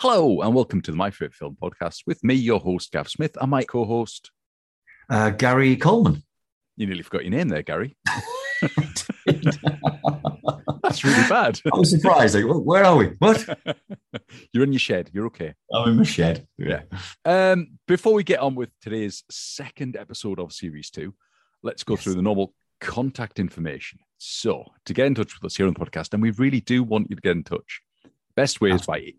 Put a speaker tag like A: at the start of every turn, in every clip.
A: Hello, and welcome to the My Favorite Film podcast with me, your host, Gav Smith, and my co host.
B: Uh, Gary Coleman.
A: You nearly forgot your name there, Gary. That's really bad.
B: I was surprised. Like, "Wh- where are we? What?
A: You're in your shed. You're okay.
B: I'm in my shed. Yeah.
A: Um, before we get on with today's second episode of Series 2, let's go
B: Yes.
A: through the normal contact information. So, to get in touch with us here on the podcast, and we really do want you to get in touch, best way is by e-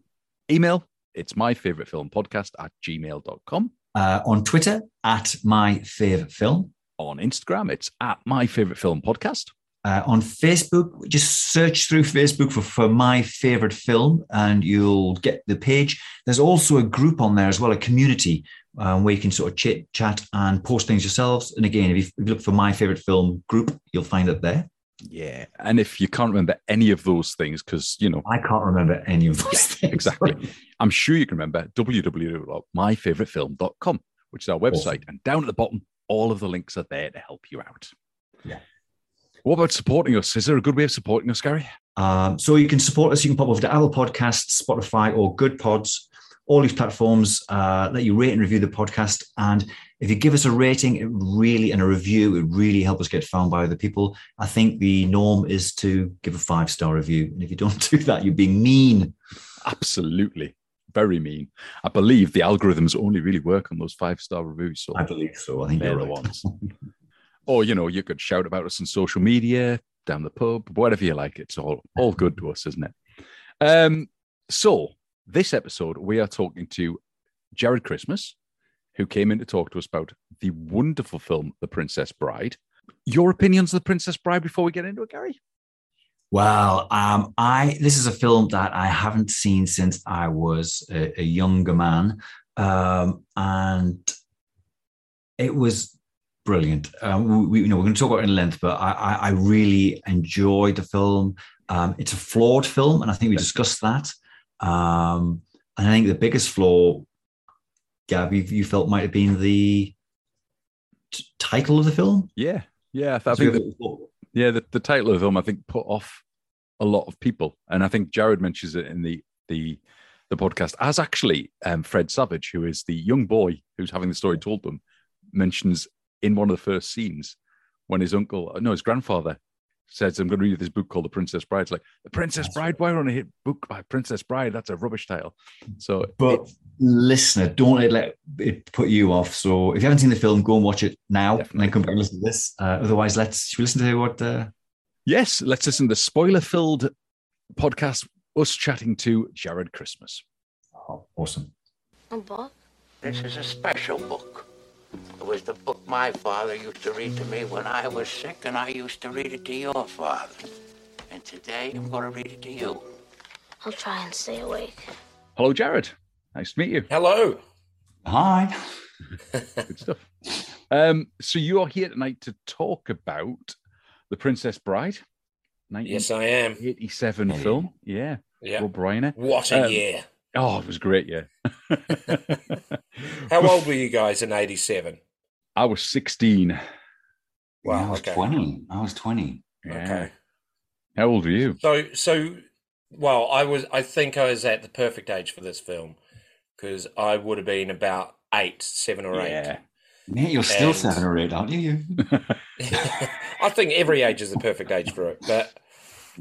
A: email. It's my favorite film podcast at gmail.com.
B: Uh, on Twitter, at my favorite film.
A: On Instagram, it's at my favorite film podcast.
B: Uh, on Facebook, just search through Facebook for, for my favorite film and you'll get the page. There's also a group on there as well, a community um, where you can sort of chit chat and post things yourselves. And again, if you, if you look for my favorite film group, you'll find it there.
A: Yeah. And if you can't remember any of those things, because, you know,
B: I can't remember any of those things.
A: exactly. I'm sure you can remember www.myfavoritefilm.com, which is our website.
B: Awesome.
A: And down at the bottom, all of the links are there to help you out.
B: Yeah.
A: What about supporting us? Is there a good way of supporting us, Gary?
B: Um, so you can support us. You can pop over to Apple Podcasts, Spotify, or Good Pods. All these platforms uh, let you rate and review the podcast. And if you give us a rating, it really and a review, it really help us get found by other people. I think the norm is to give a five star review, and if you don't do that, you're being mean.
A: Absolutely. Very mean. I believe the algorithms only really work on those five star reviews. So
B: I believe so. I think
A: they're
B: you're
A: the
B: right.
A: ones. or, you know, you could shout about us on social media, down the pub, whatever you like. It's all, all good to us, isn't it? Um, so, this episode, we are talking to Jared Christmas, who came in to talk to us about the wonderful film, The Princess Bride. Your opinions of The Princess Bride before we get into it, Gary?
B: Well, um, I this is a film that I haven't seen since I was a, a younger man, um, and it was brilliant. Um, we, you know, we're going to talk about it in length, but I, I, I really enjoyed the film. Um, it's a flawed film, and I think we discussed that. Um, and I think the biggest flaw, Gab, you, you felt might have been the t- title of the film.
A: Yeah. Yeah. I think the, yeah, the, the title of the film, I think, put off a lot of people. And I think Jared mentions it in the, the, the podcast, as actually um, Fred Savage, who is the young boy who's having the story told to him, mentions in one of the first scenes when his uncle, uh, no, his grandfather says, I'm going to read you this book called The Princess Bride. It's like, The Princess
B: That's
A: Bride? Why are we on a hit book by Princess Bride? That's a rubbish title. So,
B: But listener, don't let, let it put you off. So if you haven't seen the film, go and watch it now, and
A: Definitely.
B: then come back and listen to this. Uh, otherwise, let's should we listen to what uh,
A: yes, let's listen to the spoiler filled podcast, us chatting to Jared Christmas.
B: oh, awesome.
C: A book?
D: This is a special book. It was the book my father used to read to me when I was sick, and I used to read it to your father. And today I'm going to read it to you.
C: I'll try and stay awake.
A: Hello, Jared. Nice to meet you.
E: Hello.
B: Hi.
A: good stuff. Um, so you are here tonight to talk about the Princess Bride,
E: Yes, I am.
A: 1987
B: Hey.
A: film. Yeah,
E: Yeah.
A: Rob Reiner.
E: What a
A: Um,
E: year.
A: Oh, it was great. Yeah.
E: How old were you guys in 87?
A: I was 16.
E: Wow,
B: I was
E: okay.
B: twenty. I was twenty.
A: Yeah.
E: Okay.
A: How old were you?
E: So, so, well, I was, I think I was at the perfect age for this film because I would have been about eight, seven or eight.
A: Yeah.
B: Mate, you're still
E: And-
B: seven or eight, aren't you? you?
E: I think every age is the perfect age for it, but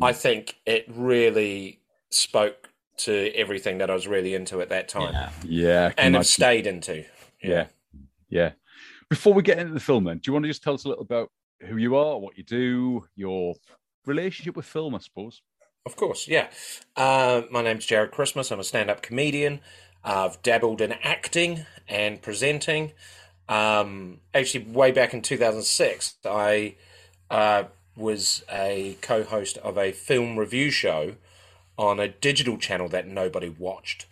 E: I
A: Mm.
E: think it really spoke to everything that I was really into at that time
A: Yeah. I can
E: and
A: imagine.
E: have stayed into.
A: Yeah. Yeah. Before we get into the film, then, do you want to just tell us a little about who you are, what you do, your relationship with film, I suppose?
E: Of course, yeah. Uh, my name's Jared Christmas. I'm a stand up comedian. I've dabbled in acting and presenting. Um, actually, way back in 2006, I uh, was a co host of a film review show on a digital channel that nobody watched.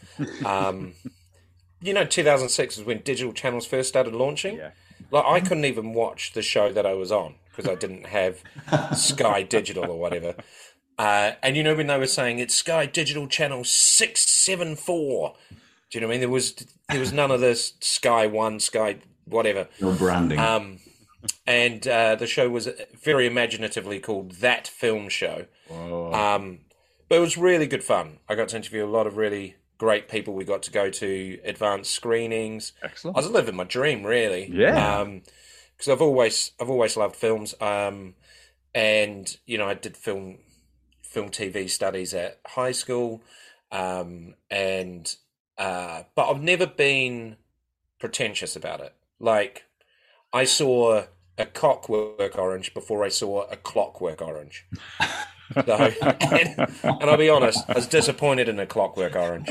E: Um, you know, 2006 is when digital channels first started launching.
A: Yeah.
E: Like, I couldn't even watch the show that I was on because I didn't have Sky Digital or whatever. Uh, and you know when they were saying it's Sky Digital Channel six seven four. Do you know what I mean? There was there was none of this Sky One, Sky whatever.
B: Your branding.
E: Um, and uh, the show was very imaginatively called That Film Show.
A: Oh,
E: Uh, Um, but it was really good fun. I got to interview a lot of really great people we got to go to, advanced screenings.
A: Excellent.
E: I was living my dream, really.
A: Yeah.
E: because I've always I've always loved films. Um, and you know, I did film film TV studies at high school. Um, and uh, but I've never been pretentious about it. Like I saw a cockwork orange before I saw a clockwork orange. So, and, and I'll be honest, I was disappointed in a clockwork orange.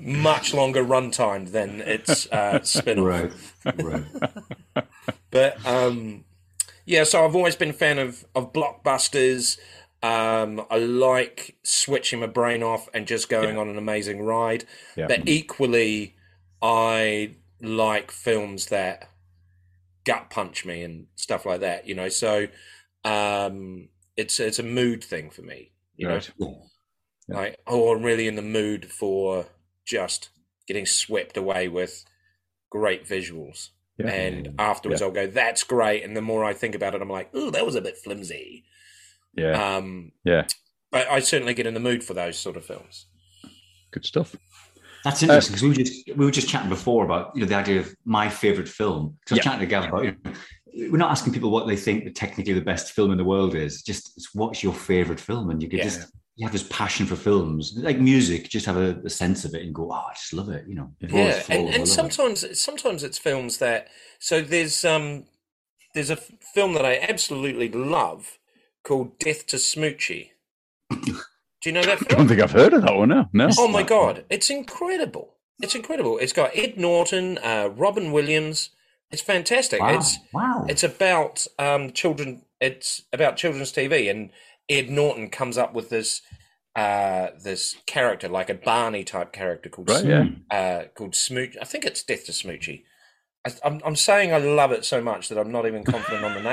E: Much longer runtime than its uh, spin-off.
B: Right. Right.
E: But um, yeah, so I've always been a fan of of blockbusters. Um, I like switching my brain off and just going on an amazing ride.
A: Yeah.
E: But equally, I like films that gut punch me and stuff like that. You know, so um, it's it's a mood thing for me. You
A: Right.
E: know,
A: Yeah.
E: like oh, I'm really in the mood for just getting swept away with great visuals
A: Yeah.
B: Mm.
E: and afterwards I'll go, "That's great." And the more I think about it, I'm like, "Ooh, that was a bit flimsy."
A: yeah.
E: Um,
A: yeah.
E: but I certainly get in the mood for those sort of films.
A: Good stuff. Uh,
B: That's interesting because we were just we were just chatting before about you know the idea of my favorite film. Because I was
A: Yeah.
B: chatting to Gav about you know, we're not asking people what they think the technically the best film in the world is. Just it's what's your favorite film, and you could
E: Yeah.
B: just you have this passion for films like music. Just have a, a sense of it and go, oh, I just love it. You know,
A: Yeah.
B: Floor is
E: yeah,
B: full,
E: and,
B: I
E: and
B: love it.
E: sometimes sometimes it's films that so there's um there's a f- film that I absolutely love called Death to Smoochie. Do you know that
A: I don't
E: film?
A: think I've heard of that one. No, no.
E: Oh my god, it's incredible! It's incredible. It's got Ed Norton, uh, Robin Williams. It's fantastic.
B: wow,
E: It's
B: wow.
E: It's about um, children. It's about children's TV, and Ed Norton comes up with this uh, this character, like a Barney type character called
A: Right, yeah.
B: Hmm.
E: uh, called Smooch. I think it's Death to Smoochie. I, I'm, I'm saying I love it so much that I'm not even confident on the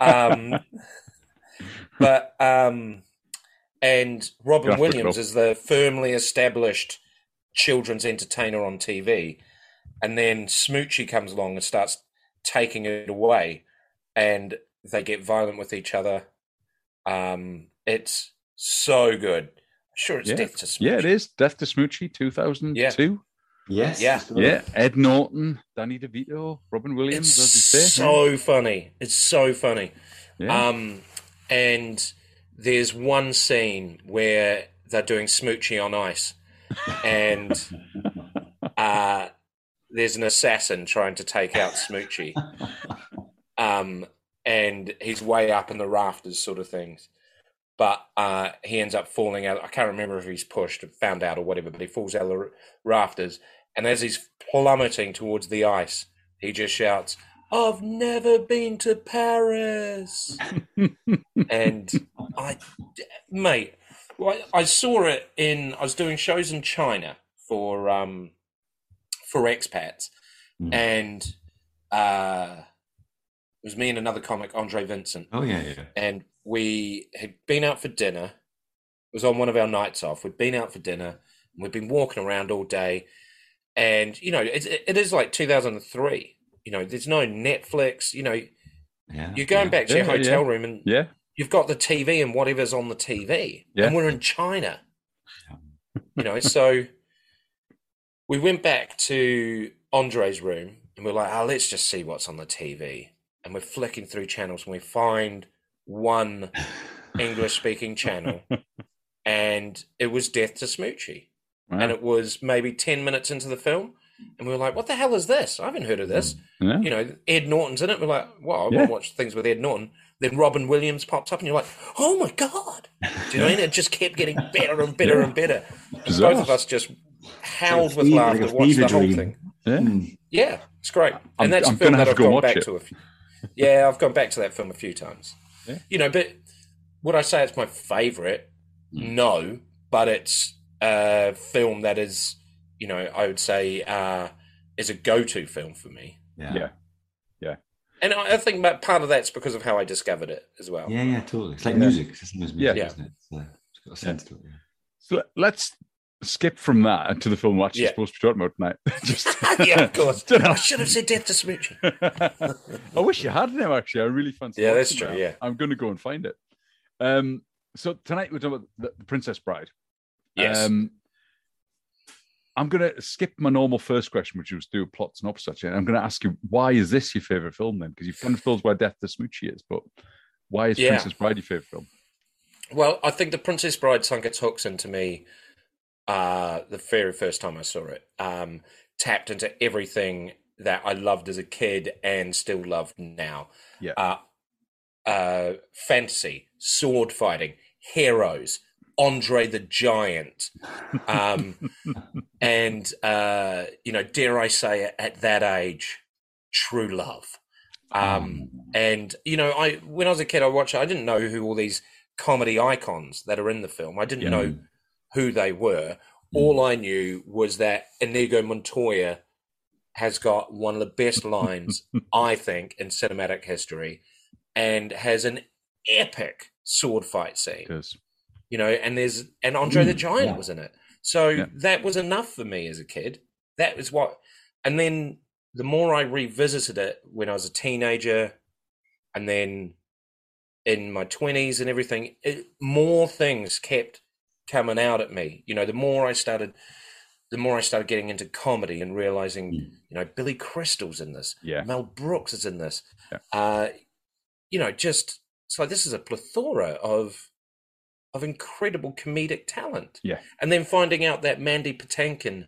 E: name. Um, but um, and
A: You'll
E: Robin
A: have to look it
E: Williams
A: up.
E: is the firmly established children's entertainer on TV, and then Smoochie comes along and starts taking it away, and they get violent with each other. Um, it's so good. Sure, it's
A: Yeah.
E: death to Smoochie.
A: yeah, it is. Death to Smoochie, 2002.
B: yes,
E: yeah.
A: Yeah. Ed Norton, Danny DeVito, Robin Williams,
E: It's
A: as you say.
E: so funny. It's so funny.
A: yeah.
E: Um, and there's one scene where they're doing smoochie on ice, and uh, there's an assassin trying to take out smoochie, um, and he's way up in the rafters, sort of things. But uh, he ends up falling out. I can't remember if he's pushed, found out, or whatever. But he falls out of the r- rafters, and as he's plummeting towards the ice, he just shouts, "I've never been to Paris." and I, mate, well, I, I saw it in. I was doing shows in China for um for expats,
B: Mm.
E: and uh, it was me and another comic, Andre Vincent
B: Oh yeah, yeah.
E: and we had been out for dinner. It was on one of our nights off. We'd been out for dinner. And we'd been walking around all day, and you know, it, it is like 2003. You know, there's no Netflix. You know,
B: yeah.
E: you're going
B: yeah.
E: back to your
A: Yeah, yeah.
E: hotel room, and
A: yeah.
E: you've got the TV and whatever's on the TV,
A: Yeah.
E: and we're in China. You know, so we went back to Andre's room and we're like, oh, let's just see what's on the TV. And we're flicking through channels and we find one English speaking channel, and it was Death to Smoochie
A: Wow.
E: and it was maybe 10 minutes into the film and we were like what the hell is this i haven't heard of this
A: Yeah.
E: you know ed norton's in it we're like well i
A: Yeah.
E: want to watch things with ed norton then robin williams pops up and you're like oh my god do you know what I mean? it just kept getting better and better and better And
A: Bizarre.
E: both of us just howled with
B: Fever-
E: laughter
B: like a
E: watched the
B: fever
E: whole
B: dream.
E: thing
A: Yeah.
B: Mm.
E: yeah it's great
A: I'm-
E: and that's
A: I'm
E: a film
A: gonna
E: that
A: have
E: i've
A: to go
E: gone
A: watch
E: back
A: it.
E: to a few yeah i've gone back to that film a few times
A: Yeah.
E: you know but would i say it's my favorite
B: Mm.
E: no but it's a film that is you know i would say uh is a go-to film for me
B: Yeah.
A: Yeah.
B: yeah,
E: and i, I think that part of that's because of how i discovered it as well
B: yeah, totally. It's like
A: Yeah.
B: music. It's the same as music,
E: Yeah.
B: isn't it? It's, uh, it's got a sense to it. yeah.
A: So let's skip from that to the film we're actually
E: Yeah.
A: supposed to be talking about tonight. Just,
E: yeah, of course.
A: Dunno.
E: I should have said Death to Smoochie.
A: I wish you had now. Actually, I really fancy.
E: Yeah, that's
A: watching
E: true,
A: that.
E: yeah.
A: I'm going to go and find it. Um, so tonight we're talking about the, the Princess Bride.
E: Yes.
A: Um, I'm going to skip my normal first question, which was do a plot synopsis. Actually. I'm going to ask you, why is this your favorite film then? Because you've kind of told us why Death to Smoochie is, but why is
E: Yeah.
A: Princess Bride your favorite film?
E: Well, I think The Princess Bride sunk its hooks into me uh, the very first time I saw it. Um, tapped into everything that I loved as a kid and still love now.
A: Yeah.
E: Uh, uh, fantasy, sword fighting, heroes, Andre the Giant. Um, and, uh, you know, dare I say it, at that age, true love. Um, and, you know, I when I was a kid, I watched it, I didn't know who all these comedy icons that are in the film. I didn't
A: Yeah.
E: know who they were. All I knew was that Inigo Montoya has got one of the best lines, I think, in cinematic history and has an epic sword fight scene.
A: Because
E: You know, and there's and Andre the Giant
B: yeah.
E: was in it. So
A: Mm, Yeah.
E: that was enough for me as a kid. That was what and then the more I revisited it when I was a teenager and then in my 20s and everything, it, more things kept coming out at me. You know, the more I started the more I started getting into comedy and realizing, you know, Billy Crystal's in this.
A: Mm. Yeah.
E: Mel Brooks is in this.
A: Yeah.
E: Uh, you know, just it's like this is a plethora of of incredible comedic talent.
A: Yeah.
E: And then finding out that Mandy Patinkin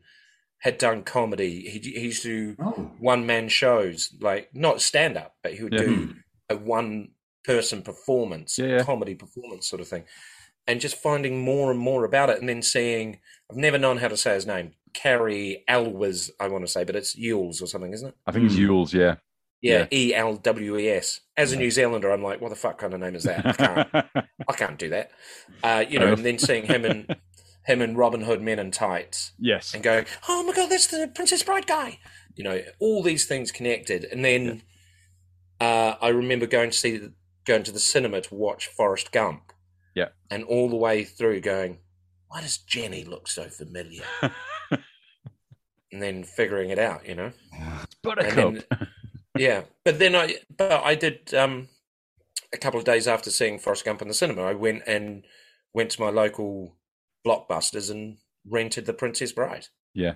E: had done comedy. He he used to
B: Oh,
E: one man shows, like not stand up, but he would
A: Yeah.
B: Hmm.
A: Hmm.
E: do a one person performance,
A: Yeah, yeah.
E: comedy performance sort of thing. And just finding more and more about it and then seeing I've never known how to say his name. Carrie Elwes, I want to say, but it's Yules or something, isn't it?
A: I think it's
B: Mm.
A: Yule's, yeah.
E: Yeah, E L W E S. As a New Zealander, I'm like, what the fuck kind of name is that? I can't, I can't do that. Uh, you
A: Mm. Fair
E: know,
A: enough.
E: and then seeing him and him and Robin Hood Men in Tights
A: yes.
E: and going, oh my god, that's the Princess Bride guy. You know, all these things connected, and then uh, I remember going to see going to the cinema to watch Forrest Gump.
A: Yeah.
E: and all the way through going, why does Jenny look so familiar? and then figuring it out, you know.
A: Buttercup.
E: And then- yeah, but then I but I did um a couple of days after seeing Forrest Gump in the cinema, I went and went to my local blockbusters and rented The Princess Bride.
A: Yeah.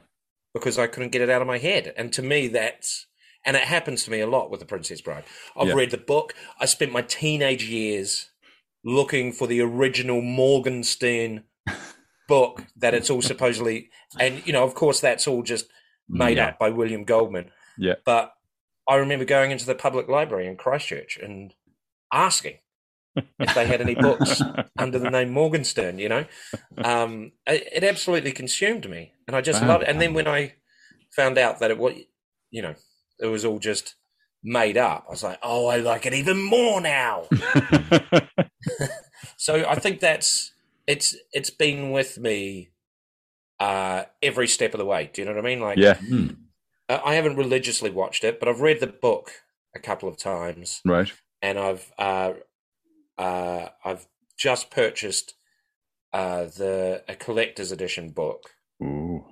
E: Because I couldn't get it out of my head. And to me that's and it happens to me a lot with The Princess Bride. I've
A: Yeah.
E: read the book. I spent my teenage years looking for the original Morgenstern book that it's all supposedly and you know, of course that's all just made
A: Yeah.
E: up by William Goldman.
A: Yeah.
E: But I remember going into the public library in Christchurch and asking if they had any books under the name Morgenstern, you know? Um, it, it absolutely consumed me. And I just
A: Wow.
E: loved it. And then when I found out that it was, you know, it was all just made up, I was like, oh, I like it even more now. So I think that's it's it's been with me uh every step of the way. Do you know what I mean? Like
A: yeah.
E: uh, I haven't religiously watched it, but I've read the book a couple of times,
A: Right.
E: and I've uh, uh, I've just purchased uh, the a collector's edition book
A: Ooh.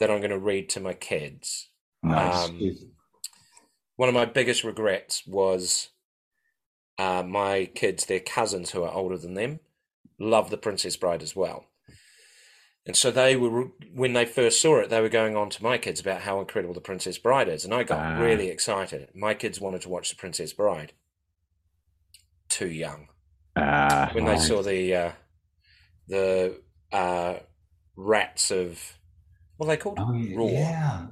E: that I'm going to read to my kids.
A: Nice.
E: Um, one of my biggest regrets was uh, my kids, their cousins who are older than them, love The Princess Bride as well. And so they were, when they first saw it, they were going on to my kids about how incredible The Princess Bride is. And I got
A: Ah.
E: really excited. My kids wanted to watch The Princess Bride. Too young.
A: Ah.
E: When they saw the, uh, the uh, rats of, what are they called?
B: oh,
E: Raw.
B: yeah.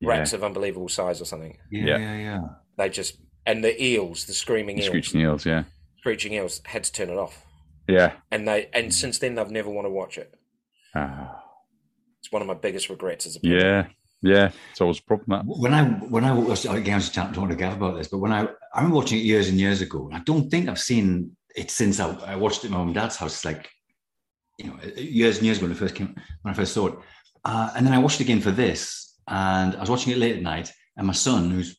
A: yeah.
E: Rats of unbelievable size or something.
B: Yeah,
A: Yeah.
B: yeah, yeah,
E: They just, and the eels, the screaming eels.
A: Screeching Eels, yeah.
E: Screeching Eels had to turn it off,
A: Yeah.
E: and they and since then they've never want to watch it.
A: Ah.
E: It's one of my biggest regrets as a parent.
A: Yeah. Yeah. It's always a problem,
B: When I when I was again, I was talking talking to Gav about this, but when I I remember watching it years and years ago, and I don't think I've seen it since I, I watched it at my mum and dad's house, like you know, years and years ago when I first came when I first saw it, uh, and then I watched it again for this, and I was watching it late at night, and my son, who's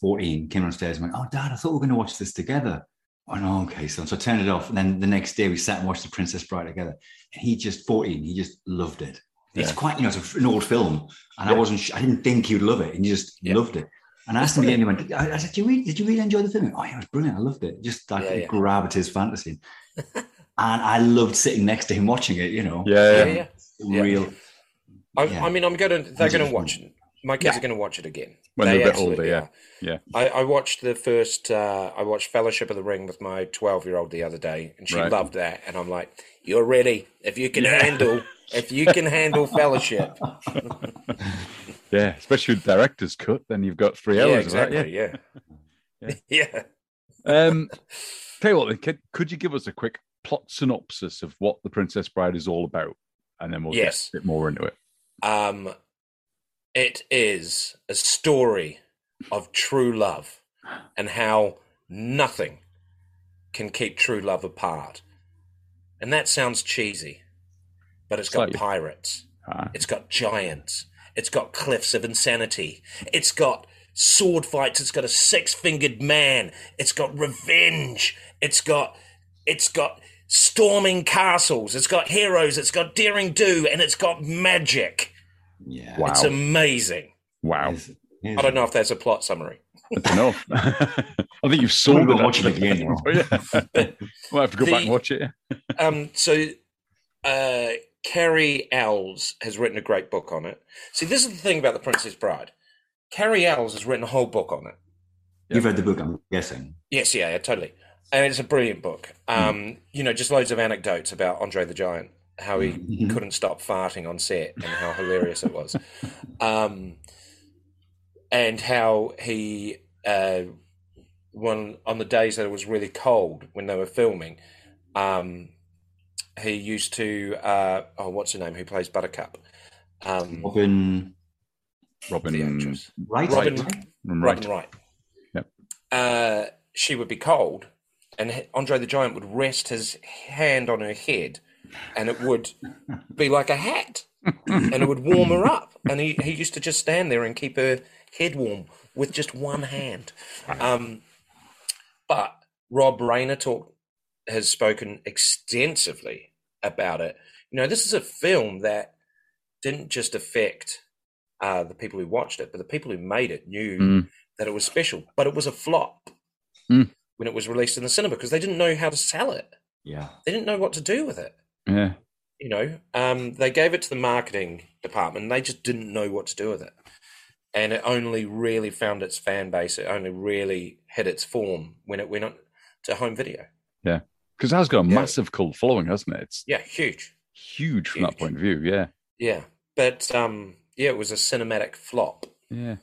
B: fourteen, came downstairs and went, "Oh, Dad, I thought we were going to watch this together." Oh no, okay, son. So I turned it off, and then the next day we sat and watched The Princess Bride together, and he just fourteen, he just loved it. It's
A: Yeah.
B: quite, you know, it's a- an old film, and I
E: Yeah.
B: wasn't, sh- I didn't think he'd love it, and he just
E: Yeah.
B: loved it. And I asked him again, he went, I, I said, did you, really, did you really enjoy the film? Oh, yeah, it was brilliant. I loved it. Just like
E: Yeah, yeah.
B: grabbed his fantasy. and I loved sitting next to him watching it. You know,
A: Yeah, yeah.
E: yeah. Yeah.
B: real.
E: I,
B: Yeah.
E: I mean, I'm gonna. They're gonna
B: Wonderful.
E: watch. My kids
B: Yeah.
E: are gonna watch it again
A: When they're a bit
E: absolutely
A: older, yeah.
E: are.
A: Yeah.
E: I, I watched the first. Uh, I watched Fellowship of the Ring with my 12 year old the other day, and she
A: Right.
E: loved that. And I'm like, "You're ready. If you can
A: Yeah.
E: handle, if you can handle Fellowship,
A: Yeah, especially with director's cut, then you've got three
E: yeah,
A: hours of that.
E: exactly, yeah, yeah."
A: Yeah. Yeah. Um, tell you what, could, could you give us a quick plot synopsis of what The Princess Bride is all about? And then we'll
E: Yes.
A: get a bit more into it.
E: Um, it is a story of true love and how nothing can keep true love apart. And that sounds cheesy, but it's got
A: Slightly.
E: pirates,
A: Ah.
E: it's got giants, it's got cliffs of insanity, it's got sword fights, it's got a six fingered man, it's got revenge, it's got it's got storming castles, it's got heroes, it's got daring do, and it's got magic.
B: Yeah.
A: Wow.
E: It's amazing.
A: Wow.
B: It's- it's-
E: I don't know if that's a plot summary.
A: That's enough. I think you've sold
B: I'm
A: it.
B: gonna watch it
A: actually.
B: again, you know.
A: But yeah. we'll have to go
E: The-
A: back and watch it.
E: Um, so uh, Carrie Owls has written a great book on it. See, this is the thing about The Princess Bride. Carrie Owls has written a whole book on it.
B: You've read the book, I'm guessing.
E: Yes, yeah, yeah totally. And it's a brilliant book. Um, You know, just loads of anecdotes about Andre the Giant, how he
B: Mhm.
E: couldn't stop farting on set and how hilarious it was. Um, and how he, uh, when, on the days that it was really cold when they were filming, um, he used to, uh, oh, what's her name? Who plays Buttercup? Um,
B: Robin
A: Robin,
E: the actress.
B: Wright.
E: Robin-
B: right?
A: Robin
E: Robin
A: Wright.
E: Wright.
A: Yep.
E: Uh, she would be cold, and he- Andre the Giant would rest his hand on her head, and it would be like a hat, and it would warm her up. And he, he used to just stand there and keep her head warm with just one hand. Um, but Rob Rayner talked has spoken extensively about it. You know, this is a film that didn't just affect uh, the people who watched it, but the people who made it knew
A: Mm.
E: that it was special. But it was a flop
A: Mm.
E: when it was released in the cinema because they didn't know how to sell it.
B: Yeah.
E: They didn't know what to do with it.
A: Yeah.
E: You know, um, they gave it to the marketing department. And they just didn't know what to do with it, and it only really found its fan base. It only really hit its form when it went on to home video.
A: Because it has got a
E: Yeah.
A: massive cult following, hasn't it? It's
E: Yeah, huge.
A: huge from
E: Huge.
A: that point of view. Yeah.
E: Yeah, but um, yeah, it was a cinematic flop.
A: Yeah.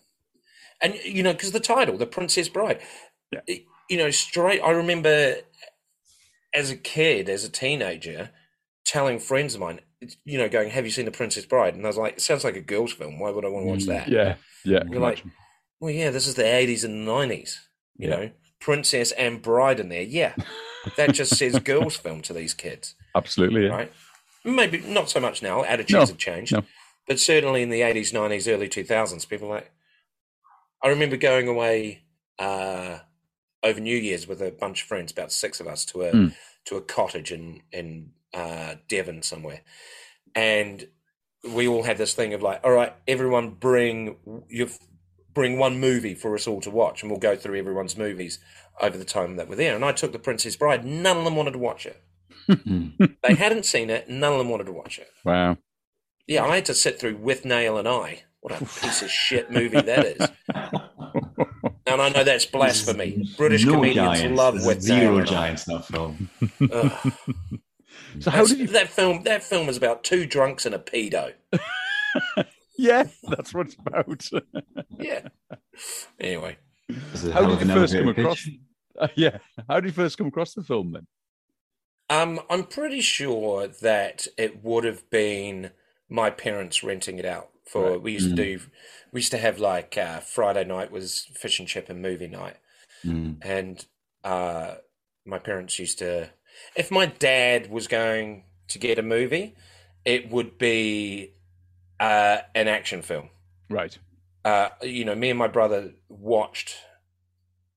E: and you know because the title the princess bride
A: Yeah.
E: It- you know straight i remember as a kid as a teenager telling friends of mine you know going have you seen the princess bride and i was like it sounds like a girls film why would i want to watch
B: Mm,
E: that
A: Yeah. Yeah.
E: You're like-
A: Imagine.
E: well yeah this is the 80s and 90s you
A: Yeah.
E: know princess and bride in there yeah that just says girls film to these kids
A: Absolutely. Yeah.
E: right maybe not so much now attitudes
A: No,
E: have changed
A: no.
E: but certainly in the 80s 90s early 2000s people were like i remember going away uh, over new year's with a bunch of friends about six of us to a
A: Mm.
E: to a cottage in in uh, devon somewhere and we all had this thing of like all right everyone bring you bring one movie for us all to watch and we'll go through everyone's movies over the time that we're there and i took the princess bride none of them wanted to watch it they hadn't seen it. None of them wanted to watch it.
A: Wow.
E: Yeah, I had to sit through with Nail and I. What a piece of shit movie that is. And I know that's blasphemy. British
B: no
E: comedians
B: giants.
E: love
B: There's
E: with
B: zero
E: Nail and I.
B: giants in that film.
E: Ugh.
A: So how
E: That's-
A: did you?
E: that film? That film is about two drunks and a pedo.
A: Yeah, that's what it's about.
E: Yeah. Anyway,
B: There's a
A: How
B: hell
A: did
B: of
A: you
B: an
A: first come
B: elevator
A: across?
B: pitch.
A: Uh, yeah. How did you first come across the film then?
E: um, I'm pretty sure that it would have been my parents renting it out for.
A: Right.
E: We used
B: Mm.
E: to do. We used to have like uh, Friday night was fish and chip and movie night.
B: Mm.
E: and uh, my parents used to if my dad was going to get a movie it would be uh, an action film
A: Right.
E: uh, you know me and my brother watched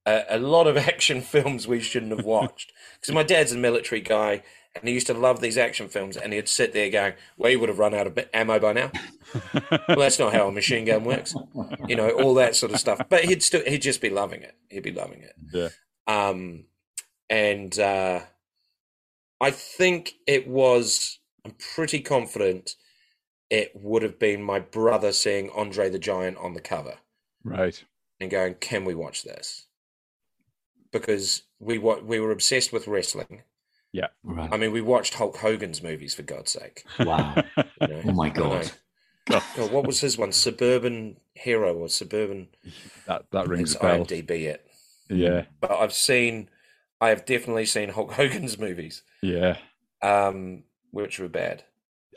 E: a, a lot of action films we shouldn't have watched because my dad's a military guy and he used to love these action films and he'd sit there going well you would have run out of ammo by now well that's not how a machine gun works
B: Hmm.
E: you know all that sort of stuff but he'd still he'd just be loving it he'd be loving it
A: Yeah.
E: um, and uh, Um, I think it was. I'm pretty confident it would have been my brother seeing Andre the Giant on the cover
A: Right.
E: and going, "Can we watch this?" Because we wa- we were obsessed with wrestling. I
B: Right.
E: mean, we watched Hulk Hogan's movies for God's sake.
B: Wow.
E: you know?
B: Oh my
E: I don't
B: God.
E: know.
A: Oh.
E: God, what was his one? Suburban Hero or Suburban?
A: that that rings
E: It's
A: a bell.
E: IMDb it.
A: Yeah.
E: E But I've seen, I have definitely seen Hulk Hogan's movies,
A: Yeah.
E: um, which were bad.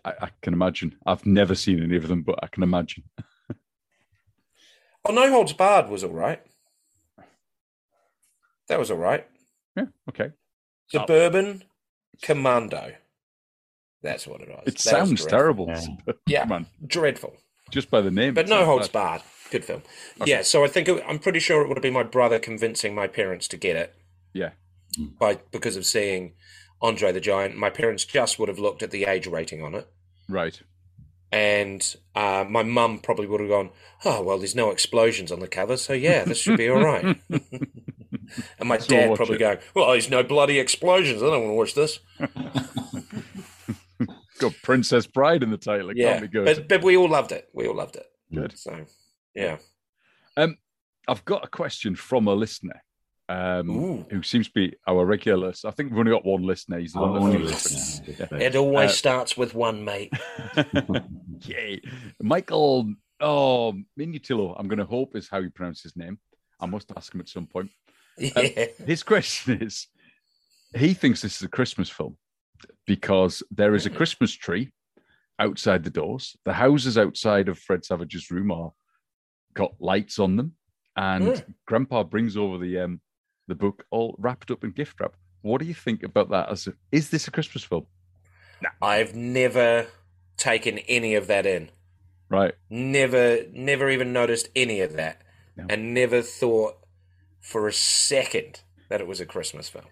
A: I, I can imagine. I've never seen any of them, but I can imagine.
E: Oh, No Holds Barred was all right. That was all right.
A: Yeah. Okay. Oh.
E: Suburban Commando. That's what it was.
A: It
E: That was
A: sounds
E: dreadful.
A: terrible.
B: Yeah.
E: Yeah,
A: Come on.
E: dreadful.
A: Just by the name.
E: But
A: it
E: No
A: sounds
E: Holds
A: bad.
E: Barred. Good film. Yeah, so I think it, I'm pretty sure it would have been my brother convincing my parents to get it.
A: Yeah.
E: by because of seeing Andre the Giant. My parents just would have looked at the age rating on it,
A: Right.
E: and uh, my mum probably would have gone, "Oh well, there's no explosions on the cover, so yeah, this should be all right." and my
A: So
E: dad
A: watch
E: probably
A: it.
E: going, "Well, there's no bloody explosions. I don't want to watch this."
A: Got Princess Bride in the title. It
E: yeah,
A: can't be good.
E: but but we all loved it. We all loved it.
A: Good.
E: So yeah,
A: I've got a question from a listener um,
E: Ooh.
A: who seems to be our regular. So I think we've only got one listener. He's the
B: Our
A: one
B: Oh, only
A: that's-
B: listener.
E: it always
A: Uh,
E: starts with one mate.
A: Yay. Michael oh, Minutillo, I'm going to hope is how you pronounce his name. I must ask him at some point.
E: Yeah,
A: His question is he thinks this is a Christmas film because there is a Christmas tree outside the doors. The houses outside of Fred Savage's room are got lights on them. And
E: Yeah.
A: Grandpa brings over the um, the book all wrapped up in gift wrap. What do you think about that? As a, is this a Christmas film?
E: I've never taken any of that in.
A: Right.
E: never never even noticed any of that
A: No.
E: and never thought for a second that it was a christmas film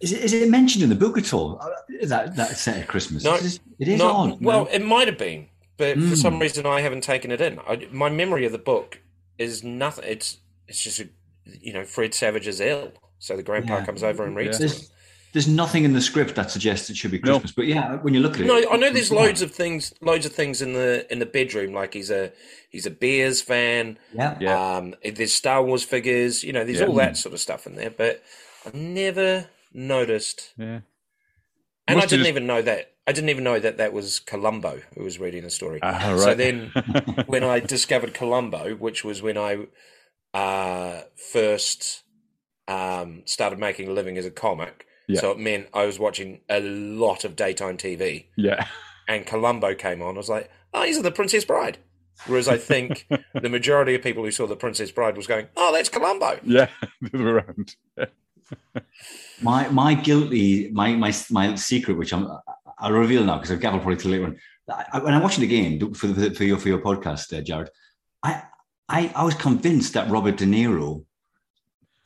B: Is it, is it mentioned in the book at all? Uh, That that set of Christmas.
E: No.
B: it is, it is
E: Not-
B: odd.
E: well
B: no?
E: it might have been but for some
A: Hmm.
B: Mm.
E: reason i haven't taken it in I, my memory of the book is nothing it's it's just a, you know fred savage is ill so the grandpa
B: Yeah.
E: comes over and reads to him
B: there's, there's nothing in the script that suggests it should be
A: No.
B: Christmas. But yeah, when you look at it,
E: no i know there's loads of things loads of things in the in the bedroom like he's a he's a bears fan
B: yeah.
A: Yeah.
E: Um, there's Star Wars figures, you know, there's
A: Yeah. Hmm.
E: all that sort of stuff in there, but I never noticed,
A: Yeah.
E: and
A: Must
E: I
A: have
E: didn't
A: just-
E: even know that. I didn't even know that that was Columbo who was reading the story.
A: Ah,
E: So
A: right.
E: then, when I discovered Columbo, which was when I uh, first um, started making a living as a comic,
A: Yeah.
E: so it meant I was watching a lot of daytime TV
A: yeah.
E: and Columbo came on, I was like, oh, these are the Princess Bride. Whereas I think the majority of people who saw the Princess Bride was going, oh, that's Columbo.
A: Yeah. The other way around.
B: My my guilty my my my secret, which I'm I'll reveal now because I've gathered probably till later on. I, when I'm watching the game for the, for your for your podcast, uh, Jared, I, I I was convinced that Robert De Niro,